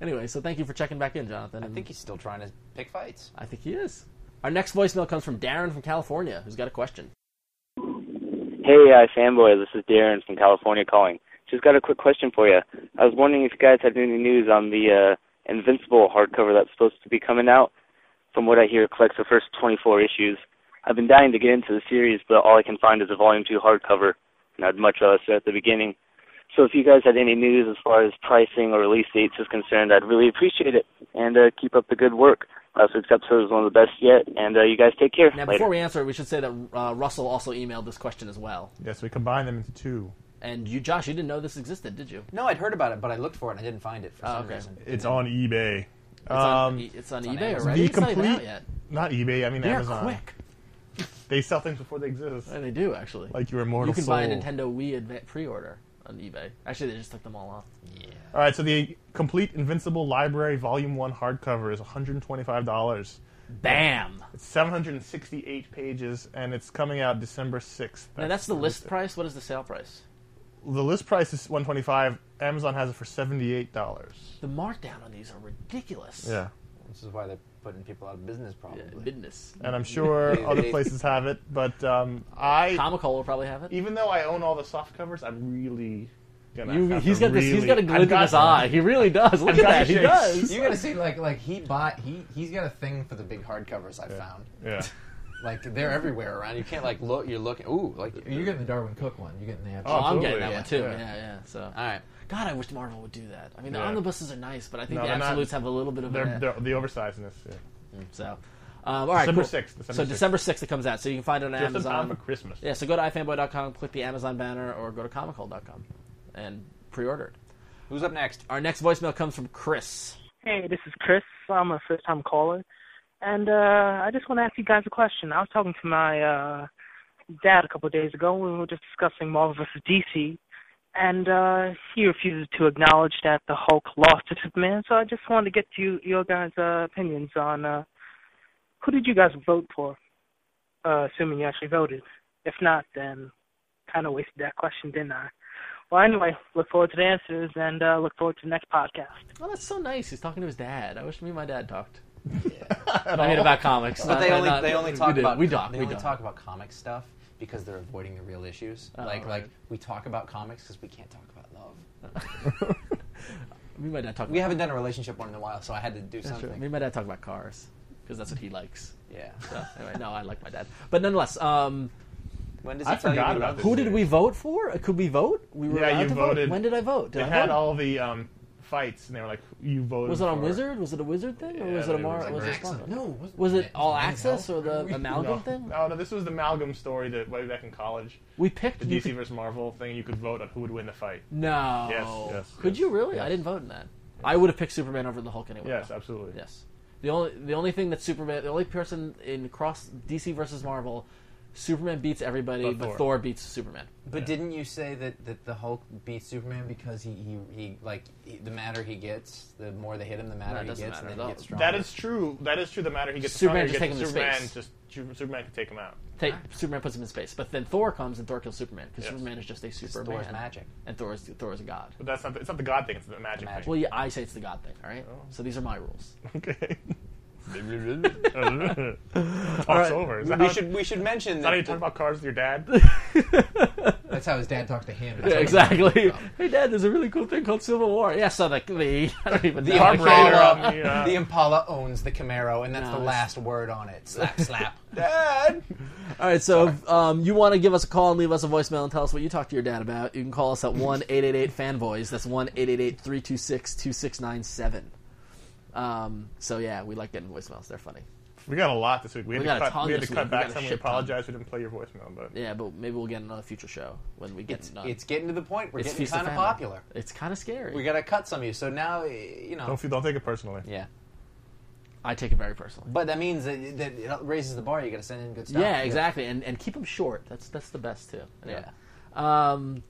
[SPEAKER 3] anyway, so thank you for checking back in, Jonathan.
[SPEAKER 7] I think he's still trying to pick fights.
[SPEAKER 3] I think he is. Our next voicemail comes from Darren from California, who's got a question.
[SPEAKER 10] Hey, uh, fanboy, this is Darren from California calling. Just got a quick question for you. I was wondering if you guys had any news on the uh, Invincible hardcover that's supposed to be coming out. From what I hear, it collects the first 24 issues. I've been dying to get into the series, but all I can find is a Volume 2 hardcover, and I'd much rather start at the beginning. So if you guys had any news as far as pricing or release dates is concerned, I'd really appreciate it. And uh, keep up the good work. Last week's episode was one of the best yet, and uh, you guys take care.
[SPEAKER 3] Now,
[SPEAKER 10] Later.
[SPEAKER 3] before we answer, we should say that uh, Russell also emailed this question as well.
[SPEAKER 4] Yes, we combine them into two.
[SPEAKER 3] And you, Josh, you didn't know this existed, did you?
[SPEAKER 7] No, I'd heard about it, but I looked for it and I didn't find it for some
[SPEAKER 3] okay.
[SPEAKER 7] reason.
[SPEAKER 4] It's on eBay.
[SPEAKER 3] It's
[SPEAKER 4] Um,
[SPEAKER 3] on, E- it's on eBay
[SPEAKER 7] Amazon.
[SPEAKER 3] already.
[SPEAKER 4] the
[SPEAKER 3] It's not even out
[SPEAKER 4] complete-
[SPEAKER 3] yet.
[SPEAKER 4] Not eBay. I mean
[SPEAKER 3] They're
[SPEAKER 4] Amazon.
[SPEAKER 3] quick.
[SPEAKER 4] They sell things before they exist.
[SPEAKER 3] And they do actually.
[SPEAKER 4] Like your immortal
[SPEAKER 3] you can
[SPEAKER 4] soul.
[SPEAKER 3] buy a Nintendo Wii adva- pre-order on eBay. Actually, they just took them all off.
[SPEAKER 4] All right, so the complete Invincible Library Volume One hardcover is one hundred twenty-five dollars.
[SPEAKER 3] Bam!
[SPEAKER 4] It's seven hundred and sixty-eight pages, and it's coming out December sixth.
[SPEAKER 3] Now that's the list price. What is the sale price?
[SPEAKER 4] The list price is one twenty-five. Amazon has it for seventy-eight dollars.
[SPEAKER 3] The markdown on these are ridiculous.
[SPEAKER 7] This is why they're putting people out of business, probably.
[SPEAKER 3] Uh, Business.
[SPEAKER 4] and I'm
[SPEAKER 3] <laughs>
[SPEAKER 4] sure other places have it, but um, I
[SPEAKER 3] Comic Con will probably have it.
[SPEAKER 4] even though I own all the soft covers, I'm really gonna.
[SPEAKER 3] You-
[SPEAKER 4] have
[SPEAKER 3] he's
[SPEAKER 4] to
[SPEAKER 3] got this- he's
[SPEAKER 4] really-
[SPEAKER 3] got a glint
[SPEAKER 4] I've
[SPEAKER 3] in his eye. He really does. Look
[SPEAKER 4] I've
[SPEAKER 3] at
[SPEAKER 4] got
[SPEAKER 3] that. He
[SPEAKER 4] shakes.
[SPEAKER 3] does.
[SPEAKER 2] You're gonna see like like he bought he he's got a thing for the big hardcovers I found.
[SPEAKER 3] <laughs>
[SPEAKER 4] Yeah.
[SPEAKER 2] Like they're everywhere around. You can't like look. You're looking. Ooh, like you're getting the Darwin Cook one. You're getting the.
[SPEAKER 3] Oh, I'm getting that one
[SPEAKER 2] Absolutely. Yeah.
[SPEAKER 3] too. Yeah. yeah, So, all
[SPEAKER 2] right.
[SPEAKER 3] God, I wish Marvel would do that. I mean, the
[SPEAKER 4] Yeah.
[SPEAKER 3] omnibuses are nice, but I think
[SPEAKER 4] No,
[SPEAKER 3] the
[SPEAKER 4] they're not-
[SPEAKER 3] absolutes have a little bit of
[SPEAKER 4] They're,
[SPEAKER 3] a.
[SPEAKER 4] they're, the oversizedness. Yeah.
[SPEAKER 3] So, um, all right,
[SPEAKER 4] December
[SPEAKER 3] cool.
[SPEAKER 4] 6th, December
[SPEAKER 3] so
[SPEAKER 4] 6th.
[SPEAKER 3] December sixth it comes out. So you can find it on
[SPEAKER 4] Just in
[SPEAKER 3] Amazon
[SPEAKER 4] time for Christmas.
[SPEAKER 3] Yeah. So go to ifanboy.com, click the Amazon banner, or go to comichole.com and pre-order it.
[SPEAKER 2] Who's up next?
[SPEAKER 3] Our next voicemail comes from Chris.
[SPEAKER 11] Hey, this is Chris. I'm a first time caller. And uh I just want to ask you guys a question. I was talking to my uh dad a couple of days ago when we were just discussing Marvel versus DC and uh he refuses to acknowledge that the Hulk lost to Superman. So I just wanted to get you your guys' uh, opinions on uh who did you guys vote for? Uh assuming you actually voted. If not then kind of wasted that question, didn't I? Well, anyway, look forward to the answers and uh, look forward to the next podcast.
[SPEAKER 3] Oh, that's so nice. He's talking to his dad. I wish me and my dad talked.
[SPEAKER 2] At
[SPEAKER 3] <laughs> I mean,
[SPEAKER 2] all.
[SPEAKER 3] about comics.
[SPEAKER 2] But
[SPEAKER 3] Not-
[SPEAKER 2] they only
[SPEAKER 3] Uh, not-
[SPEAKER 2] they
[SPEAKER 3] <laughs>
[SPEAKER 2] only
[SPEAKER 3] we
[SPEAKER 2] talk
[SPEAKER 3] do.
[SPEAKER 2] about
[SPEAKER 3] we talk.
[SPEAKER 2] They
[SPEAKER 3] we
[SPEAKER 2] only
[SPEAKER 3] talk.
[SPEAKER 2] talk about comic stuff because they're avoiding the real issues.
[SPEAKER 3] Oh,
[SPEAKER 2] like
[SPEAKER 3] right.
[SPEAKER 2] like we talk about comics because we can't talk about love.
[SPEAKER 3] Me and my dad talk.
[SPEAKER 2] we
[SPEAKER 3] about-
[SPEAKER 2] haven't done a relationship one in a while, so I had to do
[SPEAKER 3] That's
[SPEAKER 2] something.
[SPEAKER 3] right. Me and my dad talk about cars because that's what he likes.
[SPEAKER 2] Yeah.
[SPEAKER 3] So, anyway, no, I like my dad, but nonetheless, um,
[SPEAKER 2] When
[SPEAKER 4] does he I tell you forgot he about loves
[SPEAKER 3] Who
[SPEAKER 4] this
[SPEAKER 3] did we vote for? Uh, Could we vote? We were
[SPEAKER 4] yeah,
[SPEAKER 3] allowed
[SPEAKER 4] you
[SPEAKER 3] to
[SPEAKER 4] voted.
[SPEAKER 3] vote. When did I vote? Did
[SPEAKER 4] they
[SPEAKER 3] I
[SPEAKER 4] had
[SPEAKER 3] vote?
[SPEAKER 4] all the um, fights, and they were like, "You voted."
[SPEAKER 3] Was it on
[SPEAKER 4] for-
[SPEAKER 3] Wizard? Was it a Wizard thing, or
[SPEAKER 4] Yeah,
[SPEAKER 3] was it a
[SPEAKER 4] it
[SPEAKER 3] Mar?
[SPEAKER 4] was a
[SPEAKER 3] Was it
[SPEAKER 4] Wizard.
[SPEAKER 3] sponsored?
[SPEAKER 2] No, was,
[SPEAKER 3] it all access or <laughs> the amalgam
[SPEAKER 4] no.
[SPEAKER 3] thing?
[SPEAKER 4] No, no, this was the amalgam story that way back in college.
[SPEAKER 3] We picked
[SPEAKER 4] the
[SPEAKER 3] you
[SPEAKER 4] DC versus Marvel thing. You could vote on who would win the fight.
[SPEAKER 3] No.
[SPEAKER 4] Yes. Yes.
[SPEAKER 3] Could
[SPEAKER 4] yes.
[SPEAKER 3] you really? I didn't vote in that. I would have picked Superman over the Hulk anyway.
[SPEAKER 4] Yes, absolutely.
[SPEAKER 3] Yes. The only the only thing that Superman, the only person in cross DC versus Marvel, Superman beats everybody,
[SPEAKER 2] But
[SPEAKER 3] but, Thor.
[SPEAKER 2] Thor.
[SPEAKER 3] beats Superman.
[SPEAKER 2] But didn't you say that, that the Hulk beats Superman because he, he, he like he, the madder he gets, the more they hit him, the madder
[SPEAKER 3] it
[SPEAKER 2] he
[SPEAKER 3] doesn't
[SPEAKER 2] gets,
[SPEAKER 3] matter
[SPEAKER 2] and
[SPEAKER 3] at
[SPEAKER 2] then he
[SPEAKER 3] all.
[SPEAKER 2] gets stronger.
[SPEAKER 4] That is true. That is true. The matter he gets
[SPEAKER 3] Superman
[SPEAKER 4] stronger, he gets
[SPEAKER 3] just take him to
[SPEAKER 4] Superman
[SPEAKER 3] space.
[SPEAKER 4] just Ju- Superman can take him out.
[SPEAKER 3] Take, Superman puts him in space, but then Thor comes and Thor kills Superman because
[SPEAKER 4] Yes.
[SPEAKER 3] Superman is just a
[SPEAKER 2] Thor's
[SPEAKER 3] Superman.
[SPEAKER 2] magic.
[SPEAKER 3] and Thor is Thor is a god.
[SPEAKER 4] But that's not the, it's not the God thing. It's the magic,
[SPEAKER 3] Well, yeah, I say it's the god thing. All right,
[SPEAKER 4] Oh.
[SPEAKER 3] so these are
[SPEAKER 4] <laughs>
[SPEAKER 3] my rules. <laughs>
[SPEAKER 4] thing. Talks over. Is that
[SPEAKER 2] We
[SPEAKER 4] how-
[SPEAKER 2] should we should mention
[SPEAKER 4] Is that how you
[SPEAKER 2] that.
[SPEAKER 4] talk about cars with your
[SPEAKER 3] <laughs>
[SPEAKER 4] dad?
[SPEAKER 2] That's how his dad talked to him.
[SPEAKER 3] Yeah, exactly. hey, Dad, there's a really cool thing called Civil War. Yeah, so the, the <laughs> I don't even
[SPEAKER 2] The
[SPEAKER 3] know.
[SPEAKER 2] Impala, um, the Impala owns the Camaro, and that's
[SPEAKER 3] No,
[SPEAKER 2] the
[SPEAKER 3] it's-
[SPEAKER 2] last word on it. <laughs> Slap, slap.
[SPEAKER 3] All right, so um, you want to give us a call and leave us a voicemail and tell us what you talked to your dad about. You can call us at 1 888 Fanboys. That's 1 888 326 2697. Um, So, yeah, we like getting voicemails. They're funny.
[SPEAKER 4] We got a lot this week. We had
[SPEAKER 3] We
[SPEAKER 4] to
[SPEAKER 3] got a
[SPEAKER 4] cut.
[SPEAKER 3] ton
[SPEAKER 4] We had to
[SPEAKER 3] this
[SPEAKER 4] cut
[SPEAKER 3] week. We
[SPEAKER 4] back
[SPEAKER 3] got a
[SPEAKER 4] some. We
[SPEAKER 3] shit ton.
[SPEAKER 4] apologize. We didn't play your voicemail, but
[SPEAKER 3] Yeah, but maybe we'll get another future show when we get done.
[SPEAKER 2] It's getting to the point. We're
[SPEAKER 3] It's
[SPEAKER 2] getting
[SPEAKER 3] Feast of
[SPEAKER 2] kind of
[SPEAKER 3] Famine.
[SPEAKER 2] popular.
[SPEAKER 3] It's kind of scary.
[SPEAKER 2] We gotta cut some of you. So now, eh, you know.
[SPEAKER 4] don't feel, don't take it personally.
[SPEAKER 2] Yeah.
[SPEAKER 3] I take it very personally.
[SPEAKER 2] But that means that, that it raises the bar. You gotta send in good stuff.
[SPEAKER 3] Yeah, exactly. And, and keep them short. That's that's the best, too. Anyway.
[SPEAKER 2] Yeah.
[SPEAKER 3] Um,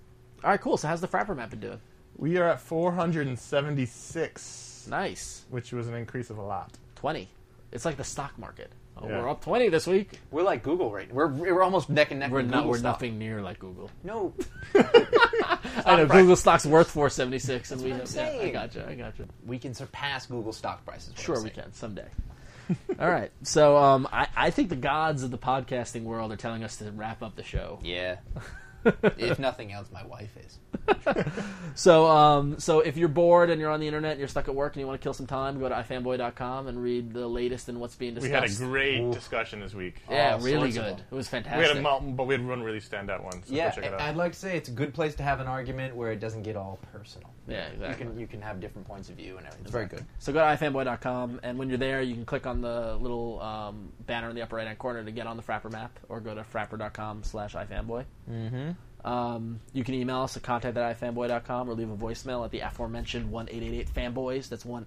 [SPEAKER 3] all right, cool. So, how's the Frapper map been doing?
[SPEAKER 4] We are at 476,
[SPEAKER 3] Nice.
[SPEAKER 4] which was an increase of a lot.
[SPEAKER 3] 20. It's like the stock market. Oh,
[SPEAKER 4] Yeah.
[SPEAKER 3] We're up 20 this week.
[SPEAKER 2] We're like Google right. We're we're almost neck and neck.
[SPEAKER 3] We're,
[SPEAKER 2] with
[SPEAKER 3] not,
[SPEAKER 2] Google
[SPEAKER 3] we're
[SPEAKER 2] stock.
[SPEAKER 3] nothing near like Google.
[SPEAKER 2] No.
[SPEAKER 3] I know Google stock's worth 476 and we
[SPEAKER 2] what
[SPEAKER 3] have,
[SPEAKER 2] I'm
[SPEAKER 3] yeah, I
[SPEAKER 2] saying.
[SPEAKER 3] gotcha. I gotcha.
[SPEAKER 2] We can surpass Google stock prices. what
[SPEAKER 3] Sure
[SPEAKER 2] I'm
[SPEAKER 3] we
[SPEAKER 2] saying.
[SPEAKER 3] can someday. <laughs> All right. So um, I, I think the gods of the podcasting world are telling us to wrap up the show.
[SPEAKER 4] <laughs>
[SPEAKER 2] Yeah. if nothing else, my wife is.
[SPEAKER 3] So um, so if you're bored and you're on the internet and you're stuck at work and you want to kill some time, go to ifanboy.com and read the latest and what's being
[SPEAKER 4] We
[SPEAKER 3] discussed.
[SPEAKER 4] had a great discussion this week.
[SPEAKER 3] Yeah,
[SPEAKER 2] all
[SPEAKER 3] really
[SPEAKER 2] sorts of
[SPEAKER 3] good.
[SPEAKER 2] them.
[SPEAKER 3] It was
[SPEAKER 4] we had a
[SPEAKER 3] fantastic.
[SPEAKER 4] mountain, but we had one really standout one. So
[SPEAKER 2] Yeah,
[SPEAKER 4] go check it out.
[SPEAKER 2] I'd like to say it's a good place to have an argument where it doesn't get all personal.
[SPEAKER 3] Yeah, exactly.
[SPEAKER 2] You can you can have different points of view and everything. It's very good.
[SPEAKER 3] So go to ifanboy.com, and when you're there, you can click on the little um, banner in the upper right hand corner to get on the Frapper map, or go to frapper.com slash ifanboy. Mm-hmm. Um, you can email us at contact at ifanboy.com or leave a voicemail at the aforementioned 1 fanboys. That's 1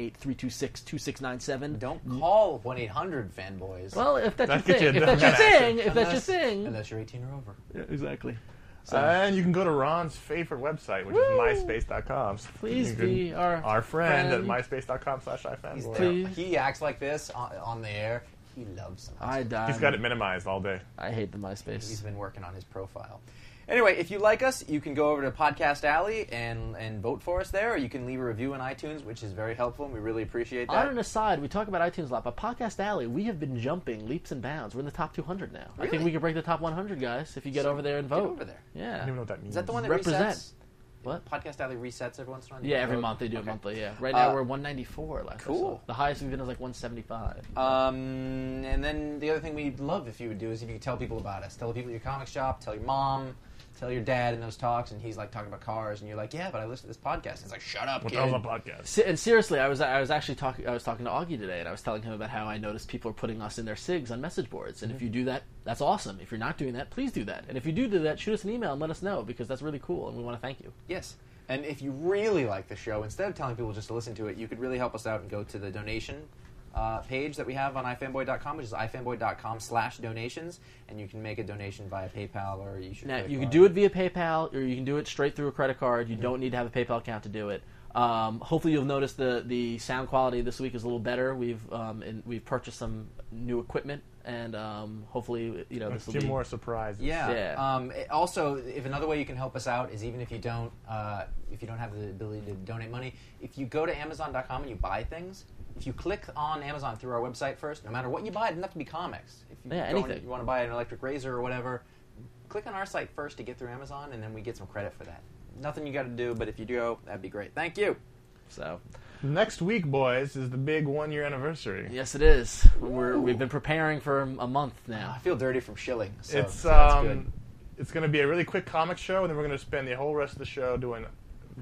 [SPEAKER 3] 326 2697.
[SPEAKER 2] Don't call one eight hundred fanboys.
[SPEAKER 3] Well, if that's
[SPEAKER 4] That gets you
[SPEAKER 3] your thing,
[SPEAKER 4] a
[SPEAKER 3] if that's your
[SPEAKER 4] different action.
[SPEAKER 3] thing, if that's your thing.
[SPEAKER 2] Unless you're eighteen or over.
[SPEAKER 3] exactly.
[SPEAKER 4] and you can go to Ron's favorite website, which
[SPEAKER 3] Woo!
[SPEAKER 4] is myspace.com.
[SPEAKER 3] Please
[SPEAKER 4] You can-
[SPEAKER 3] be our
[SPEAKER 4] our friend,
[SPEAKER 3] friend.
[SPEAKER 4] at myspace.com slash ifanboy.
[SPEAKER 3] Please.
[SPEAKER 2] He acts like this on, on the air. He loves them.
[SPEAKER 3] I die.
[SPEAKER 4] He's got it minimized all day.
[SPEAKER 3] I hate the MySpace.
[SPEAKER 2] He's been working on his profile. Anyway, if you like us, you can go over to Podcast Alley and and vote for us there, or you can leave a review on iTunes, which is very helpful, and we really appreciate
[SPEAKER 3] On
[SPEAKER 2] that.
[SPEAKER 3] an aside, we talk about iTunes a lot, but Podcast Alley, we have been jumping leaps and bounds. We're in the top 200 now. I think
[SPEAKER 2] Really?
[SPEAKER 3] we could break the top 100, guys, if you get over there and
[SPEAKER 2] Get
[SPEAKER 3] vote.
[SPEAKER 2] over there.
[SPEAKER 3] Yeah.
[SPEAKER 4] I don't even know what that means.
[SPEAKER 2] Is that the one that
[SPEAKER 3] Represent.
[SPEAKER 2] resets?
[SPEAKER 3] What?
[SPEAKER 2] Podcast Alley resets every once in a while.
[SPEAKER 3] Yeah, every month they do it
[SPEAKER 2] Okay.
[SPEAKER 3] monthly. Yeah, right now
[SPEAKER 2] Uh,
[SPEAKER 3] we're 194. Last I
[SPEAKER 2] cool.
[SPEAKER 3] saw. The highest we've been is like 175.
[SPEAKER 2] Um, and then the other thing we'd love if you would do is if you could tell people about us. Tell the people at your comic shop, tell your mom, tell your dad in those talks, and he's like talking about cars, and you're like, yeah, but I listen to this podcast. He's like, shut up,
[SPEAKER 4] What the
[SPEAKER 2] kid.
[SPEAKER 4] hell's a podcast?
[SPEAKER 3] Se- And seriously, I was I was actually talking I was talking to Augie today, and I was telling him about how I noticed people are putting us in their sigs on message boards.
[SPEAKER 4] Mm-hmm.
[SPEAKER 3] And if you do that, that's awesome. If you're not doing that, please do that. And if you do do that, shoot us an email and let us know because that's really cool, and we want to thank you.
[SPEAKER 2] Yes. And if you really like the show, instead of telling people just to listen to it, you could really help us out and go to the donation uh, page that we have on ifanboy.com, which is ifanboy.com slash donations, and you can make a donation via PayPal or you should.
[SPEAKER 3] Now you can do it via PayPal, or you can do it straight through a credit card. You don't need to have a PayPal account to do it. Um, hopefully, you'll notice the the sound quality this week is a little better. We've um, and we've purchased some new equipment, and um, hopefully, you know
[SPEAKER 4] A
[SPEAKER 3] this will
[SPEAKER 4] few
[SPEAKER 3] be
[SPEAKER 4] more surprises.
[SPEAKER 2] Yeah.
[SPEAKER 3] Yeah.
[SPEAKER 2] Um, it- also, if another way you can help us out is even if you don't, uh, if you don't have the ability to donate money, if you go to Amazon.com and you buy things, if you click on Amazon through our website first, no matter what you buy, it doesn't have to be comics. If you,
[SPEAKER 3] Yeah,
[SPEAKER 2] go and
[SPEAKER 3] anything.
[SPEAKER 2] you want to buy an electric razor or whatever, click on our site first to get through Amazon, and then we get some credit for that. Nothing you got to do, but if you do, that'd be great. Thank you.
[SPEAKER 3] so.
[SPEAKER 4] Next week, boys, is the big one-year anniversary.
[SPEAKER 3] Yes, it is. We're, we've been preparing for a month now. I
[SPEAKER 2] feel dirty from shilling. so-
[SPEAKER 4] it's
[SPEAKER 2] so that's good.
[SPEAKER 4] um, it's going to be a really quick comic show, and then we're going to spend the whole rest of the show doing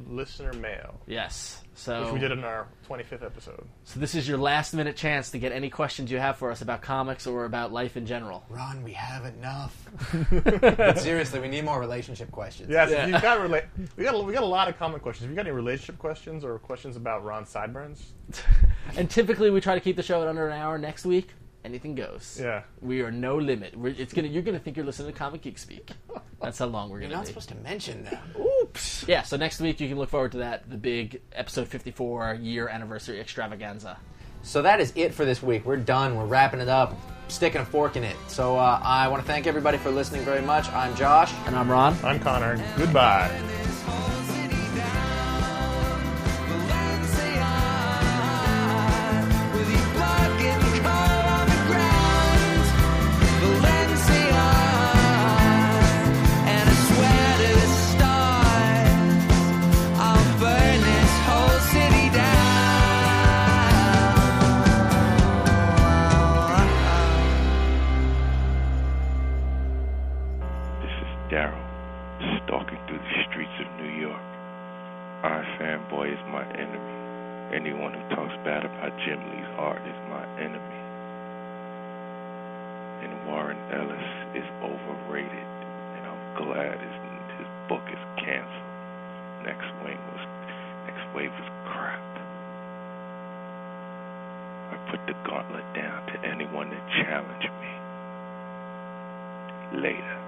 [SPEAKER 4] listener mail.
[SPEAKER 3] Yes. So
[SPEAKER 4] which
[SPEAKER 2] Oh.
[SPEAKER 4] we did in our 25th episode.
[SPEAKER 3] So this is your last minute chance to get any questions you have for us about comics or about life in general.
[SPEAKER 2] Ron, we
[SPEAKER 4] <laughs>
[SPEAKER 2] have enough. but seriously, we need more relationship questions.
[SPEAKER 4] Yes, if you've got rela- we got a- we got a lot of comic questions. If you got any relationship questions or questions about Ron Sideburns,
[SPEAKER 3] And typically we try to keep the show at under an hour. Next week, anything goes.
[SPEAKER 4] Yeah.
[SPEAKER 3] We are no limit. We're, it's gonna you're gonna think you're listening to Comic Geek Speak. That's how long we're
[SPEAKER 2] You're
[SPEAKER 3] gonna.
[SPEAKER 2] not
[SPEAKER 3] be.
[SPEAKER 2] supposed to mention that.
[SPEAKER 3] Oops. Yeah. So next week you can look forward to that. The big episode 54 year anniversary extravaganza.
[SPEAKER 2] So that is it for this week. We're done. We're wrapping it up, sticking a fork in it. So uh, I want to thank everybody for listening very much. I'm Josh.
[SPEAKER 3] And I'm Ron.
[SPEAKER 4] I'm Connor. Goodbye.
[SPEAKER 12] Daryl, stalking through the streets of New York. Our fanboy is my enemy. Anyone who talks bad about Jim Lee's art is my enemy. And Warren Ellis is overrated, and I'm glad his, his book is canceled. Next Wing was Next Wave was crap. I put the gauntlet down to anyone that challenged me. Later.